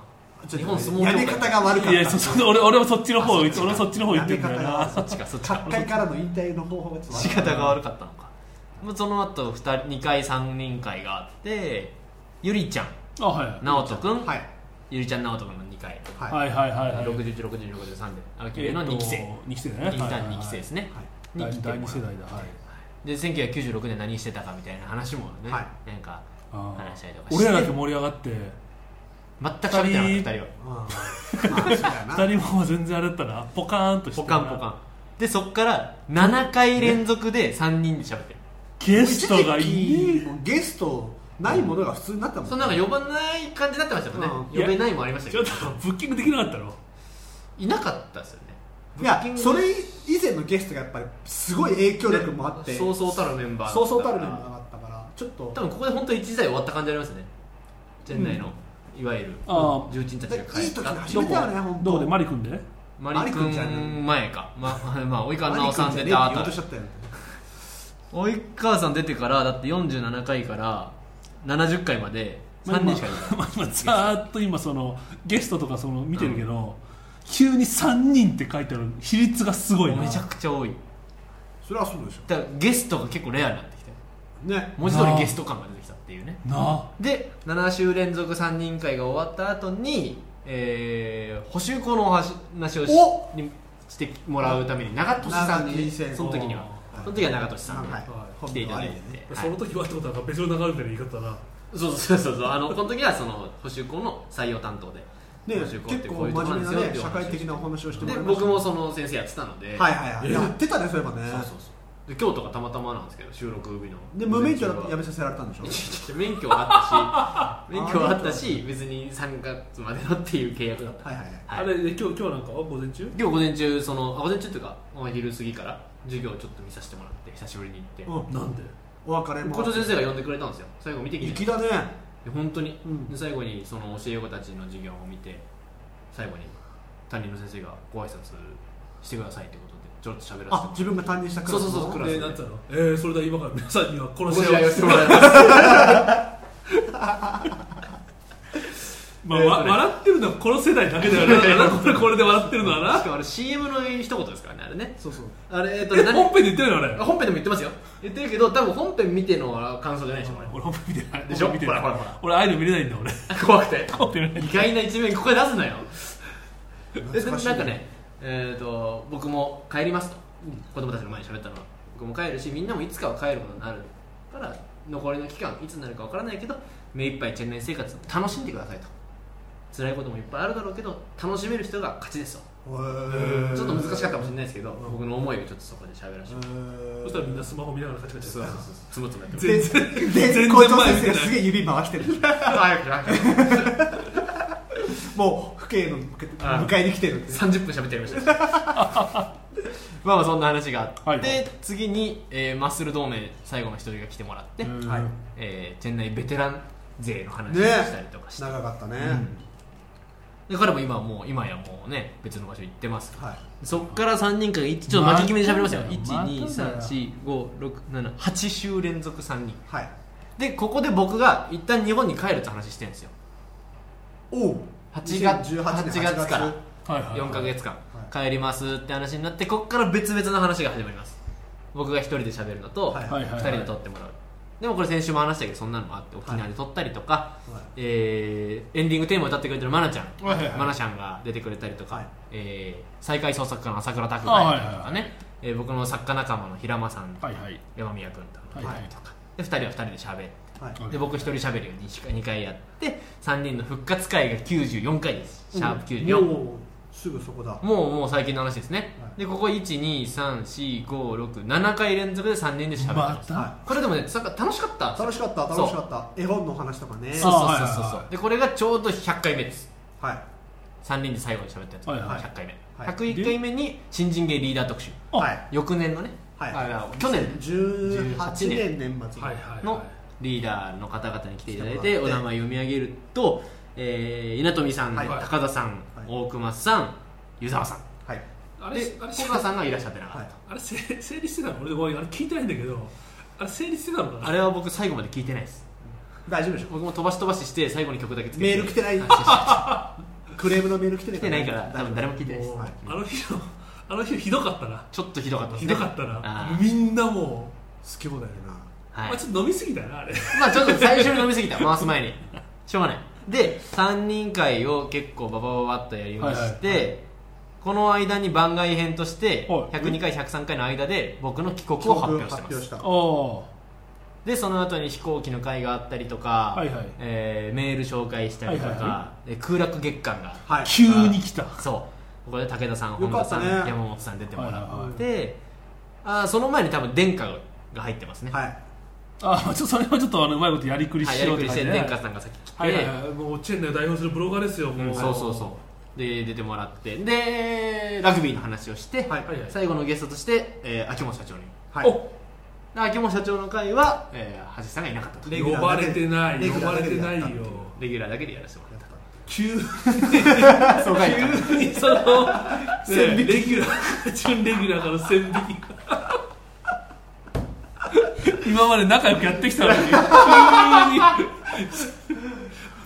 C: ちょっと
B: 日本相撲協
C: や
B: 会
C: り方が悪かった
D: いやそうそう俺俺はそっちの方俺はそっちの方言ってんだよ
C: やめ
D: な
B: そっちかそっちか
C: 各界からの引退の方法がちょっと悪
B: 仕
C: かった
B: 方が悪かったのかまあその後二人2回3人会があってゆりちゃん
D: あはい
B: 直人君、
C: はい
B: ゆりちゃん直人君の2回
C: はい、
D: はいはいはいはい
B: 61、62、63でアキュエの2期生
D: 2期生だね
B: インターン2期生ですね
C: はい
D: はい
B: に
D: はい
B: 来
D: 第
B: てもら
D: 第
B: う
D: 二世代だはい
B: で1996年何してたかみたいな話もね、
C: は
B: なんか
D: あー
B: 話したりとかして
D: 俺らだけ盛り上がって
B: 全く喋ってなかった2人は
C: うんまあそうだよ な
D: 二人も全然あれだったなポカーンとして
B: ポカンポカンでそっから7回連続で3人で喋ってる
D: ゲストがい
C: 一時
D: い
C: 期ゲストないものが普通になったもん、ね、
B: そのなんか呼ばない感じになってましたもんね
C: う
B: 呼べないもありましたけ
D: ちょ
B: ど
D: っとブッキングできなかったの
B: いなかったですよね
C: いや
B: ブッキング
C: それ以前のゲストがやっぱりすごい影響力もあって、
B: そうそうたるメンバーだった
C: そ
B: から
C: うそうたるメンバーがあったからちょっと
B: 多分ここで本当一時代終わった感じありますね店内の、いわゆる
D: ああ
B: 重鎮たちが帰った
C: いい時に始めたよね本当
D: どこでマリ君で
B: マリ
C: マリ君じゃ
B: 君
C: な
B: 前かまあまあ及川奈
C: 何
B: 緒さ
C: 君
B: ん
C: じゃ
B: 出た
C: ねえって言おう
B: 後
C: としちゃったよね
B: 及川さん出てからだって47回から70回まで
D: まあ
B: 3人しかいない
D: まあ今ざーっと今そのゲストとかその見てるけど、急に3人って書いてある比率がすごいな
B: めちゃくちゃ多い
C: それはそうでし
B: だからゲストが結構レアになってきた
C: ょね
B: 文字通りゲスト感が出てきたっていうね
D: なあ
B: で7週連続3人会が終わった後に、えー補修校のお話をし
C: お
B: にしてもらうために長俊さん
C: 長
B: に
C: 俊先生
B: その時には
C: はい
B: その時は長俊さんに、
C: はい
B: 来ていただいて、
C: 本
B: はい
D: 時はってことは別の流れみたいな言い方だな
B: そうそうそうそうあのこの時はその補修校の採用担当で
C: ね
B: 補修校って
C: 結
B: こう
C: 構
B: いうとこ
C: 真
B: なんです
C: 面目
B: よっ
C: な
B: て
C: ね
B: いう話
C: 社
B: を
C: 会的なお話をしても
B: で
C: らいました
B: 僕もその先生やってたので、
C: はいはいはい
B: え
C: やってたねそういえばね
B: そうそうそうで今日とかたまたまなんですけど収録日の
C: で無免許だ
B: 午前中
C: と
B: は
C: やめさせられたんでし ょ
B: 免許はあったし免許はあったし別に3月までのっていう契約だった、
C: はいはいはい
B: は
D: 今
B: い
D: 日今日なんかは午前中
B: 今日午前中そのあ午前中っていうかお昼過ぎから授業をちょっと見させてもらって久しぶりに
C: う
B: 行って
C: ん
D: なんで
C: お別れも
B: 校長先生が呼んでくれたんですよ最後見てきて
C: 粋だね
B: で本当に、
C: うん
B: で最後にその教え子たちの授業を見て最後に担任の先生がご挨拶してくださいってことでちょろっと喋らせ
C: あ
B: て
C: 自分が担任したクラス
B: そ
C: の
B: うそうそうクラスで
D: たのえー、それでは今から皆さんには殺し合いを
B: をしてもらいます
D: まあ、わ笑ってるのはこの世代だけだよね なんかこれこれで笑ってるのは
B: し
D: な
B: かもあれ CM の一言ですからねあれね
C: そうそう
B: あれえっと
D: え
B: 何
D: 本編で言ってるのあ れ
B: 本編でも言ってますよ言ってるけど多分本編見てのは感想じゃないでしょこれ
D: 俺本編見てない
B: でしょ
D: 本編見てない
B: ほらほらほら
D: 俺ああいうの見れないんだ俺
B: 怖くて
D: 本編見れない
B: 意外な一面ここで出すなよででな
C: 懐か
B: ん
C: しい
B: かね、えー、と僕も帰りますと、子供たちの前に喋ったのは僕も帰るしみんなもいつかは帰ることになるから残りの期間いつになるかわからないけど目いっぱいチェン内生活を楽しんでくださいと辛いこともいっぱいあるだろうけど楽しめる人が勝ちですと
C: へー
B: ちょっと難しかったかもしれないですけど僕の思いをちょっとそこで喋らせてもらいま
C: へー
D: そしたらみんなスマホ見ながらカチカチ
B: し
D: や
B: た
D: ってた
B: つむつむやってます
C: で
D: 全
C: で
D: 然
C: 校長先
D: 前見てな
C: 生
D: い
C: すげえ指回してる
B: 早く早く
C: もう父兄の向け
B: あ
C: 迎えに来てるんで
B: 30分喋っちゃいました まあまあそんな話があって、
D: はい
B: で次に、えーマッスル同盟最後の一人が来てもらって、
D: うん
C: はい
B: えーチェンナイベテラン勢の話を
C: ね
B: したりとかして、
C: 長かったね、
B: で彼も今はもう今やもうね別の場所行ってます
C: はい
B: そっから3人間がちょっと巻き決めで喋りましたよ
D: まただよ
B: 123456778週連続3人
C: はい
B: でここで僕が一旦日本に帰るって話してるんですよ
C: おう
B: 8月
C: 2018
B: 8
C: 年
B: 月から
D: はいはいはい
B: 4か月間帰りますって話になってここから別々の話が始まります僕が一人で喋るのと
C: はい
D: はい
B: 二
D: はい
B: 人で撮ってもらうでもこれ先週も話したけどそんなのもあって沖縄で撮ったりとか
C: はい
B: えーエンディングテーマを歌ってくれてるまなちゃん
D: はいはいはい
B: まなちゃんが出てくれたりと
C: は
B: か
C: い
B: えー再開創作家の朝倉拓
D: あはい
B: がい
D: はいは
B: た
D: い
B: りとかねえー僕の作家仲間の平間さんと
D: はいはい
B: 山宮君とか
D: はいはい
B: とかで2人は2人で喋って
C: はい
D: はい
B: で僕一人喋るように2回やって3人の復活会が94回ですシャープ94
C: もうすぐそこだ
B: もうもう最近の話ですね、
C: はい
B: でここ1234567回連続で3人で喋ってま、
D: ますた、
C: は
B: これでもねなんか楽しかった
C: 楽しかった
B: そう
C: 楽しかった絵本の話とかね
B: そうそ
D: あ
B: うそうそう
D: はいはい
B: そう
D: はい
B: でこれがちょうど100回目です
C: はい
B: 3人で最後に喋ったやつ、
D: はいはい
B: 100回目、
C: はい
B: 101回目に新人芸リーダー特集
D: あ
C: はい
B: 翌年のね
C: はい
B: だから去年
C: 18年年末に
D: はいはい
B: の
D: は
B: リーダーの方々に来ていただい
C: 来て
B: て
C: も
B: お
C: ら
B: 名
C: って
B: 前読み上げると、えー稲富さん、
C: はい
B: 高田さん、
C: はい
B: 大熊さん湯沢さん
C: はい
D: いあれ
B: で
D: あれ
B: 小川さんがいらっしゃってなかっ
C: は
B: た、
C: い
D: あれせ成立してたの俺ごめんあれ聞いてないんだけどあれ成立してたのかな
B: あれは僕最後まで聞いてないです
C: 大丈夫でしょ
B: 僕も飛ばし飛ばしして最後に曲だけつけて
C: メール来てない クレームのメール来てない
B: 来てないから多分誰も聞いてないです
D: もうあの日のあの日ひどかったな
B: ちょっとひどかったです
D: ひ
B: ね
D: どかった
B: あ
D: な
B: ー
D: みんなもう好き放題だよな、
B: はい
D: まあ、ちょっと飲みすぎたなあれ
B: まあちょっと最初に飲みすぎた回す前にしょうがないで3人会を結構ババババッとやりまして、この間に番外編として
D: はい
B: 102回103回の間で僕の帰国を
C: を
B: 発
C: 発
B: 表して
C: 表
B: ます
C: した
D: あ
B: でその後に飛行機の会があったりとか、
D: はいはい
B: えーメール紹介したりとか、
D: はいはいは
B: で空楽月間が
C: はい
D: 急に来た
B: そうここで武田さん
C: よ
B: 本田
C: かった
B: さ
C: ね
B: ん、山本さん出てもらって、
D: はいはい
B: あーその前に多分殿下が入ってますね、
C: はい
D: あまあちょっとそれはちょっとあのうまいことやりくり
B: はい
D: し
B: やり
D: よう
B: くりして
D: ね
B: 殿下さんが先来て、
D: はいはいはいもうチェン内を代表するブロガーですよもう、
B: そうそうそうで出てもらってでラグビーの話をして、
C: はい
D: はいはい
B: 最後のゲストとして、えー秋元社長に
C: は
D: お
C: い
B: で秋元社長の会は、えー、橋さんがいなかったと
C: レギュ
D: 呼
C: ラ
D: ば
C: ーだけ
D: れてな
C: レ
D: い
C: ギ
D: 呼
C: ュラ
D: ば
C: ーだ
D: れ
C: け
D: て
C: で
D: ないよ
C: やったって
B: レギュラーだけでやらせてもらった
D: 急に
B: そうか
D: 急にその、 ね、レギュラ ー準レギュラーからの線引きが今まで仲良くやってきたのに急に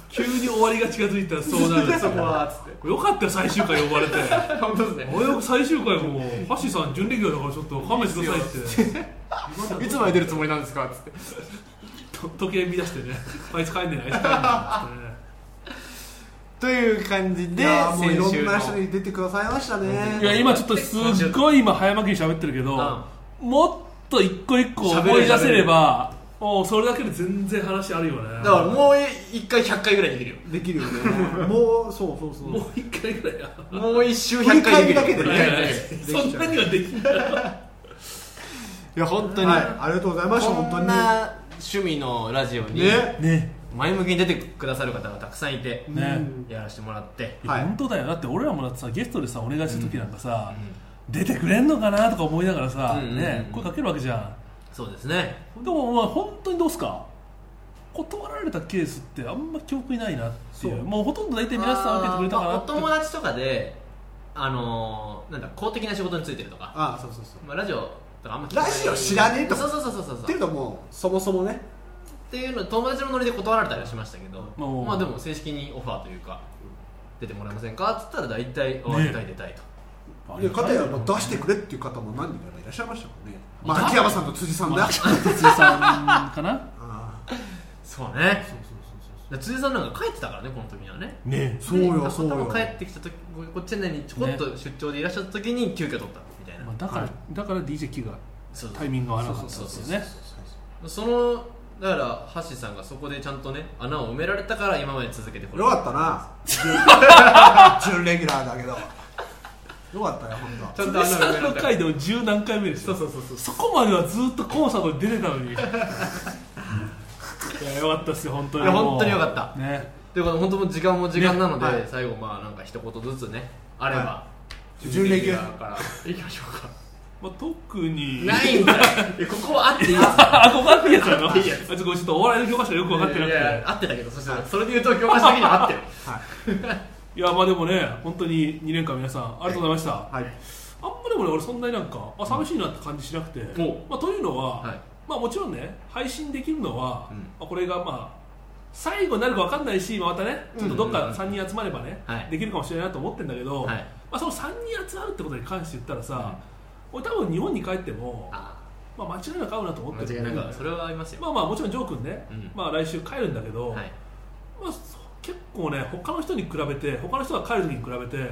D: 急に 終わりが近づいたらそうな る
C: そこはつって
D: よかったよ最終回呼ばれて
B: 本当です
D: 俺は最終回もう橋さん準レギュラーだからちょっと勘弁してくださいって
B: いつまで出るつもりなんですかっつって
D: と時計見出してねあいつ帰んねえなあいつ帰んねえなっつってね
B: という感じ
C: い
B: で
C: やーもういろん
B: 先週
C: な人
B: の
C: に出てくださいましたね
D: いや今ちょっとすっごい今早巻きに喋ってるけど、もっと一個一個思い出せればもうそれだけで全然話あるよね
B: だからもう一回100回ぐらいでき るよ
C: できるよね もうそうそうそう
D: もう一回ぐらいや
B: もう一周100回できる
C: 振り返りだけでね
B: いやいやいや
C: きちゃ
D: そ
C: うん
D: なにはできない
B: いや本当に、
C: はいありがとうございました本当
B: こん
C: に
B: な趣味のラジオに
C: ね
D: ね
B: 前向きに出てくださる方がたくさんいて
D: ね
C: うん
B: やらせてもらって
D: いや
C: はい
D: 本当だよだって俺らもだってさゲストでさお願いした時なんかさ、出てくれんのかなとか思いながらさ、
B: うんうんうん
D: ね、声かけるわけじゃ
B: そうですね
D: んでもお前本当にどうすか断られたケースってあんま記憶にないなっていう
C: そう
D: もうほとんど大体皆さん受けてくれたか
B: ま
D: な
B: あお
D: って
B: 友達とかであのーなんだ公的な仕事についてるとか、
C: ああそうそうそう
B: まあ、ラジオとかあんま聞
C: ラジオ知らねえとか
B: そうそうそうそうそう
C: っていうのもそもそもね
B: っていうの友達のノリで断られたりはしましたけど、
D: おう
B: まあでも正式にオファーというか出てもらえませんかっつったら大体お会いたい出たいと、
C: で片やもう出してくれっていう方も何人かいらっしゃいましたもんねまあ秋山さんと辻さんだあ
D: 哲也さんかな
C: あ
B: そうね
C: そうそうそ
B: で
C: う
B: 辻さんなんか帰ってたからねこの時にはね
D: ね
C: そうそうよ
B: で
C: そう
B: たま
C: よ
B: たま帰ってきた時こっちにちょこっと出張でいらっしゃった時に急遽取ったみたいな、
D: まあ、だから、
C: はい
D: だから DJQ が
B: そうそう
D: タイミングが合わなかったんですよね
B: そのだからハッシーさんがそこでちゃんとね穴を埋められたから今まで続けてこれ
C: よかったな準レギュラーだけどよかったよ本当は
B: ちゃん
D: 辻
B: と
D: さ
B: 穴を埋め
D: んの
B: られたから
D: 回でも十何回目ですよ
B: そうそうそう
D: そこまではずっとコンサートに出てたの にいやよかったですよ本当に
B: いや
D: もう
B: 本当によかった
D: ね
B: ということで本当もう時間も時間なので、
C: ねはい
B: 最後まあなんか一言ずつねあれば、
C: は準レギュラー
B: からいきましょうか
D: まあ、特に
B: ないんだよ いやここはあっていいです
D: あここあっていいやつなのあ
B: いいやつ
D: ちょっとごめんちょっとお笑いの教科書よく分かってなくてい
B: いやい
D: や
B: や合ってたけどそしたらそれで言うと教科書的には合ってる
D: まあでもね本当に2年間皆さんありがとうございました、
C: はい
D: あんまでもね俺そんなになんかあ寂しいなって感じしなくて、
B: お
D: まあ、というのは、
B: はい
D: まあ、もちろんね配信できるのは、
B: うん
D: まあ、これがまあ最後になるか分かんないしまたねちょっとどっか3人集まればね、
B: はい
D: できるかもしれないなと思ってるんだけど、
B: はい
D: まあ、その3人集まるってことに関して言ったらさ、俺多分日本に帰っても、
B: あ
D: まあ、間違いなく会うなと思
B: あ
D: っ
B: 間
D: て
B: 違
D: る
B: い
D: んだ
B: なく
D: けど
B: それはありますよ、
D: まあまあもちろんジョー君ね、
B: うん
D: まあ、来週帰るんだけど、
B: はい
D: まあ、そ結構ね他の人に比べて他の人が帰る時に比べて、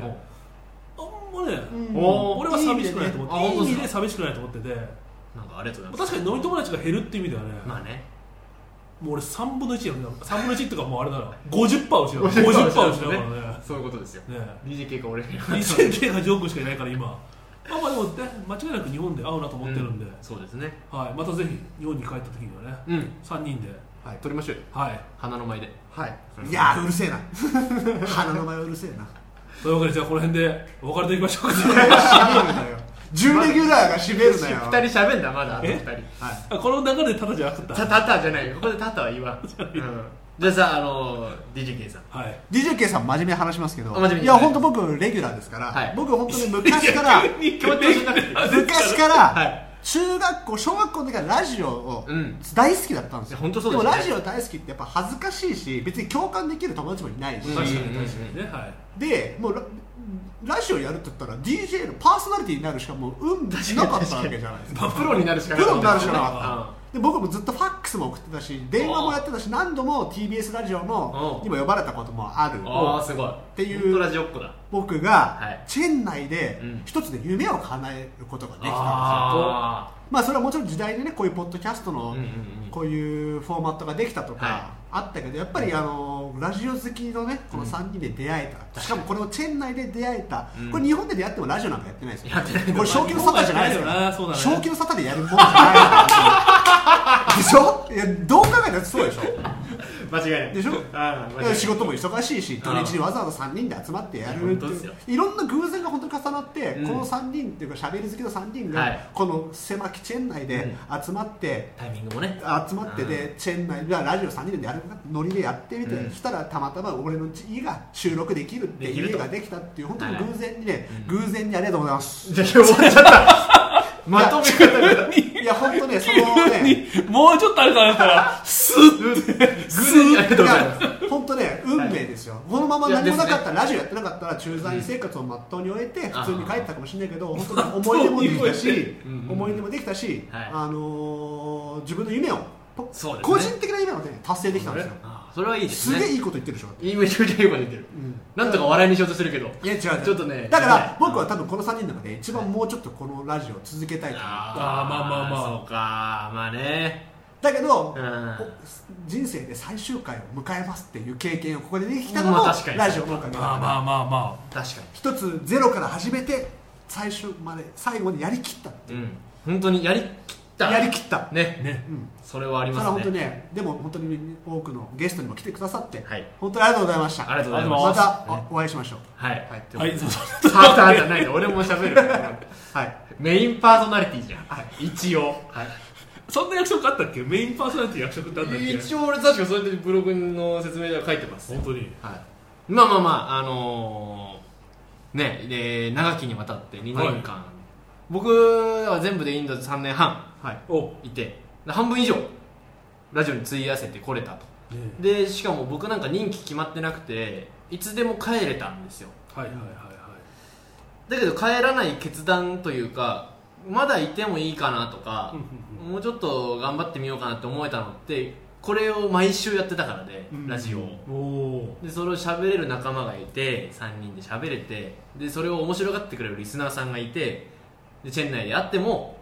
D: あんまね、
C: うん
B: おー
D: 俺は寂しくないと思って
B: い
D: い
B: い意味でねあ
D: い意
B: 本当
D: 味
B: で
D: です寂しくないと思ってて
B: なんかありがとうございま
D: 確かに飲み友達が減るっていう意味ではね、
B: すまあね
D: もう俺3分の1やるな3分の1っていうかもうあれだな50%を失う50%を失うからね
B: そういうことですよ
D: ね
B: DJK が俺に
D: 2000がジョークしかいないから今まあまあでもね間違いなく日本で会うなと思ってるんで、
B: うそうですね
D: はい、またぜひ日本に帰った時にはね
B: うん
D: 3人で
C: はい
B: 撮りましょうよ
D: はい
B: 花の前で
C: はいいやーうるせえな鼻の前うるせえな
D: というわけでじゃあこの辺でお別れといきましょうか
C: 知らねえんだよ準レギュラーが締め るなよ
B: 2人喋んだまだあと
D: え
B: 2人
C: はい
D: あこの中でタダじゃなかった
B: タタタじゃないここでタタは言 わん、うん、じゃあさあの DJK さん
D: はい
C: DJK さん真面目に話しますけど
B: 真面目に
C: いや本当僕レギュラーですから、
B: はい
C: 僕本当に昔から
B: 気持ち悪く なくていい
C: 昔から、
B: はい
C: 中学校小学校の時からラジオを
B: うん
C: 大好きだったんです
B: いや
C: よ、
B: 本当そう
C: で
B: です
C: も
B: ね
C: ラジオ大好きってやっぱ恥ずかしいし別に共感できる友達もいないし、
B: うん
D: 確かに確かにねはい
C: でもうララジオやるって言ったら DJ のパーソナリティになるしかもう運なかったわけじゃないですか
B: まあプロになるしかな
C: プ
B: か
C: ロ
B: っ
C: にな
B: た
C: るしかな
B: うん
C: かったで僕もずっとファックスも送ってたし電話もやってたし何度も TBS ラジオ
B: う
C: の
B: ん
C: にも呼ばれたこともある
B: ああすごいって
C: いう
B: ラジオっ子だ
C: 僕
B: は
C: が
B: い
C: チェン内で
B: うん
C: 一つで夢を叶えることができたんですよ
B: あ
C: まあそれはもちろん時代でねこういうポッドキャスト
B: うん
C: の
B: うんうん
C: こういうフォーマットができたと
B: は
C: かあったけどやっぱりあのラジオ好きのねこの3人で出会えたしかもこれをチェン内で出会えた
B: うん
C: これ日本で出会ってもラジオなんかやってないですよ
B: やってない
C: これ正気の沙汰じゃないですか
D: まあ
C: ら
D: そうだね
C: 正気の沙汰でやるもんじゃないですからでしょいやどう考えたらそ うでしょ
B: あ間違いない
C: でしょ
B: ああ間違い
C: い
B: な
C: や
B: い
C: 仕事も忙しいし土日にわざわざ3人で集まってやるって
B: 本当
C: い
B: ですよ
C: ういろんな偶然が本当に重なって、
B: うん
C: この3人っていうか喋り好きの3人
B: はい
C: がこの狭きチェーン内で集まって、
B: タイミングもね
C: 集まって
B: う
C: でチェーン内でラジオ3人でやるかノリでやってみて、
B: うん
C: そしたらたまたま俺の家が収録できるって
B: でき
C: いう
B: る
C: 家
B: と
C: ができたっていう本当に
B: はい
C: 偶然にね、偶然にありがとうございます。
B: じゃあ終わっちゃったまとめ方が
C: いや本当ねそのね
D: もうちょっとあるかなったらス ッ
B: 偶然にありがとうご ざいます
C: 本当ね運命ですよ、このまま何もなかったら、ラジオやってなかったら駐在生活をまっとうに終えて、
B: ん
C: 普通に帰ってたかもしれないけど本 当に思い出もできた
D: まっとうに終
C: し
B: えてうんうん
C: 思い出もできたし、
B: はい
C: あのー自分の夢をと
B: そうですね
C: 個人的な夢を、ね、達成できたんですよ
B: あそれはいいです
C: す
B: ね
C: げえいいこと言ってるでしょ、
B: いいめちゃくちゃいいこと言ってるなんとか笑いにしようとするけど
C: いや違う
B: ちょっとね
C: だか
B: はい
C: ら僕は多分この3人の中で一番もうちょっとこのラジオを続けたいと思う
B: あ
D: まあまあまあ
B: そうかまあね
C: だけど、
B: うん
C: 人生で最終回を迎えますっていう経験をここでできたのも、
B: まあ確かに
C: ラジオのおかげだから
D: まあまあまあま
B: 確か
C: 一つゼロから始めて最初まで最後にやりきった
B: にうん本当にやりきった
C: やりきった、
B: ね
D: あね
C: うん、
B: それはあり
C: それ
B: ま
C: は
B: す
C: 本当に
B: ね
C: ねでも本当に多くのゲストにも来てくださって、
B: はい
C: 本当にありがとうございました
B: ありがとうござい
D: ありがとうご
B: ま
C: ますた
B: ね
C: おお会いしましょう
B: はい
C: はい
B: とうこと
D: は
B: で
D: いそうそう
B: さあさあじゃないの俺も喋る から
C: はい
B: メインパーソナリティじゃん、一応、
D: そんな役職あったっけメインパーソナリティ役職ってあったっけ
B: 一応俺確かそうやってブログの説明では書いてます、
D: 本当に
B: はい、まあまあまああのーねで長きにわたって2年間、僕は全部でインドで3年半
C: はい
D: お
B: いてで半分以上ラジオに費やせてこれたとでしかも僕なんか任期決まってなくていつでも帰れたんですよ
D: はいはいはいはい
B: だけど帰らない決断というかまだいてもいいかなとか
D: うんう
B: もうちょっと頑張ってみようかなって思えたのってこれを毎週やってたからで、
C: うん
B: ラジオを
D: おお
B: でそれを喋れる仲間がいて3人で喋れてでそれを面白がってくれるリスナーさんがいてでチェン内で会っても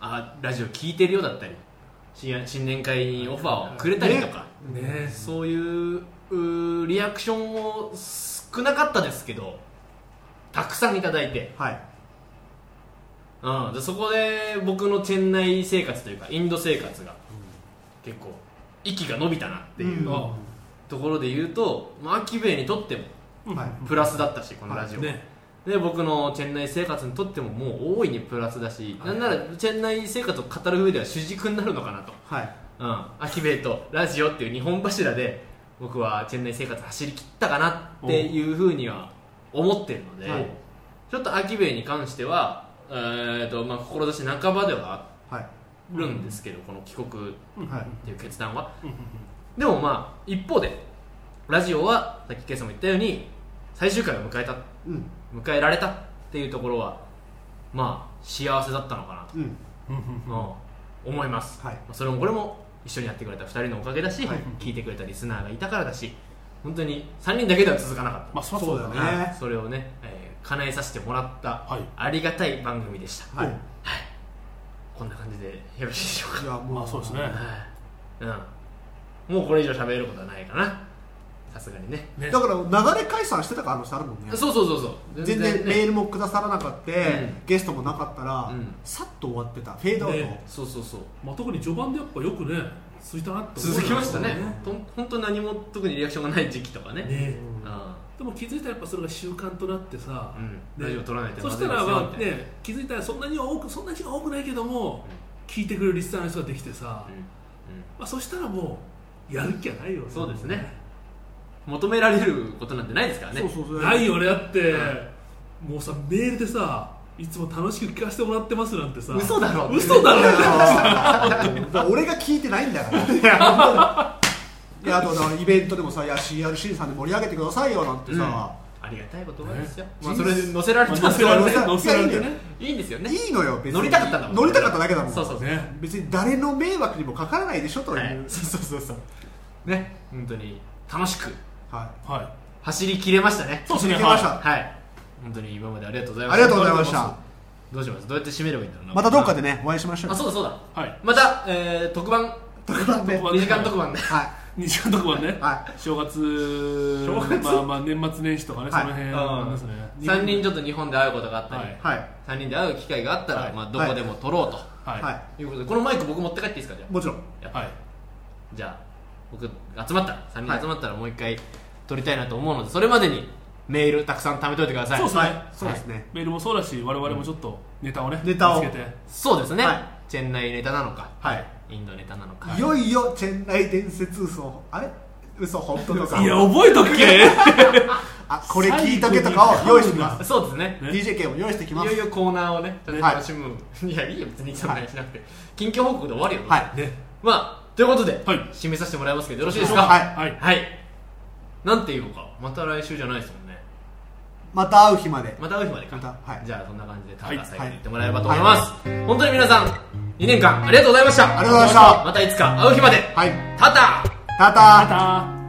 B: あラジオ聞いてるよだったり新新年会にオファーをくれたりとか、
D: ね
B: そういううーリアクションを少なかったですけどたくさんいただいて
C: はい
B: うん、でそこで僕のチェン内生活というかインド生活が結構息が伸びたなっていう
C: うん
D: あ
B: ところで言うと、まあ、アキベイにとっても
C: はい
B: プラスだったしこのラジオ、
D: ね
B: で僕のチェン内生活にとってももう大いにプラスだし、
D: はい
B: なんならチェン内生活を語る上では主軸になるのかなと、
C: はい
B: うん、アキベイとラジオっていう日本柱で僕はチェン内生活走り切ったかなっていうふうには思ってるので、
C: はい
B: ちょっとアキベイに関しては、えーとまあ、志半ばではあって
C: はい
B: るんですけど、この帰国っ
C: はい
B: ていう決断は、
D: うんうん
B: でもまあ一方でラジオはさっきケイさんも言ったように最終回を迎えた
C: うん
B: 迎えられたっていうところはまあ幸せだったのかなと、
C: うん
D: うんうんうん
B: うん思います、
C: はい
B: まあそれもこれも一緒にやってくれた2人のおかげだし、
C: はい
B: 聞いてくれたリスナーがいたからだし本当に3人だけでは続かなかった
D: まあそりゃそうだよ
C: そ
D: ね
C: うだ
B: は
C: ね
B: いそれをね、えー叶えさせてもらった、
D: はい
B: ありがたい番組でした、
C: はい
B: こんな感じでよろしいでしょうか
C: いやも
D: まあそうですね
B: はいうん、もうこれ以上喋ることはないかなさすがにね
D: ね
C: だから流れ解散してた可能性あるもんね
B: そうそうそうそう
C: 全然
B: ね
C: メールもくださらなかった、
B: ん
C: ゲストもなかったら、
B: うん
C: さっと終わってたフェードアウト、
D: ね
B: そうそうそう
D: まあ、特に序盤でやっぱよくね続いたなって思うよ
B: 続きましたねと本当何も特にリアクションがない時期とかね
D: ね
B: あ
D: でも気づいたらやっぱそれが習慣となってさ
B: あ、うん
D: ね
B: ラジオ取らないと
D: そ
B: ま
D: し
B: ずい
D: た
B: です
D: ら、
B: よ
D: まあ
B: みたいな
D: ね、気づいたらそんなには多くそんなには多くないけども、聞いてくれるリスナーの人ができてさ、
B: うんうん
D: まあ、そしたらもうやる気はないよね
B: そうですね求められることなんてないですからね
C: そうそうそう
D: ないよねだって、
B: は
D: もうさメールでさいつも楽しく聞かせてもらってますなんてさ
B: 嘘だろ
D: 嘘だろ
C: だから俺が聞いてないんだからいやあとだからイベントでもさいや CRC さんで盛り上げてくださいよなんてさ、
B: ありがたい言葉ですよ、
C: ね
B: まあ、それで載せられて
D: まあ
B: 載せられて
C: 載せられ
D: 乗せられて
C: いやいい
D: ね
B: いいんですよね
C: いいのよ別に
B: 乗りたかったんだもん
C: 乗りたかっただけだもん
B: そうそうそう、
D: ね
C: 別に誰の迷惑にもかからないでしょという、
B: は
C: はいい、
B: そうそうそうそうね本当に楽しく
D: は
B: 走り切れましたね
D: そうですね
C: 聞けました、
B: はい本当に今までありがとうございま
C: あ
B: した
C: りがとうございました
B: どうしますどうやって締めればいいんだろうな
C: またどっか
B: で
C: でねお会いしましょう
B: あそうだそうだ
D: いはい
B: また、えー、特番
C: 特 番で、
D: 特番
B: 2時間特 番で
C: は
D: 二時間特番ね、
C: は
D: 正月
B: 正月
D: まあまあ年末年始とかね、
C: はい
D: その辺
B: うん
D: ですね
B: 3人ちょっと日本で会うことがあったり、
D: はい
C: いはい
B: 3人で会う機会があったら、
D: はい
B: まあ、どこでも撮ろうと、
D: はい、、
C: はい
B: い、うことでこのマイク僕持って帰っていいですかじゃ
C: もちろん
B: あやった
D: はい、
B: じゃあ僕集まったら3人集まったらもう一回撮りたいなと思うのでそれまでにメールたくさん貯めといてください
D: そうですね、
C: はいそうですね、
D: メールもそうだし我々もちょっとネタをね、
C: ネタを
D: 見つけて
B: そうですね、
C: はい
B: チェンナイネタなのか、
C: はい
B: インドネタなのか、
C: い、よいよチェンライ伝説嘘あれ嘘本当とか
D: いや覚えとけ
C: あこれ聞いとけとかを用意してきます
B: そうですね
D: ね
C: DJK も用意してき
B: い
C: ます
B: よいよコーナーをねちょっと
C: はい
B: 楽しむ、い、やいいよ別にそんなにしなくて、近況報告で終わるよ、
C: はい
D: ね
B: まあということで、
D: はい
B: 締めさせてもらいますけどよろしいですか
C: はい
D: はい
B: はい、なんて言おうかまた来週じゃないですもんね
C: また会う日まで
B: また会う日までか、
C: またはい
B: じゃあそんな感じでターが最後
C: は
B: に
C: い
B: 言ってもらえればと思います、本当に皆さん2年間ありがとうございました
C: ありがとうございました
B: またいつか会う日まで、
C: はい
B: タタ
C: タタ
D: また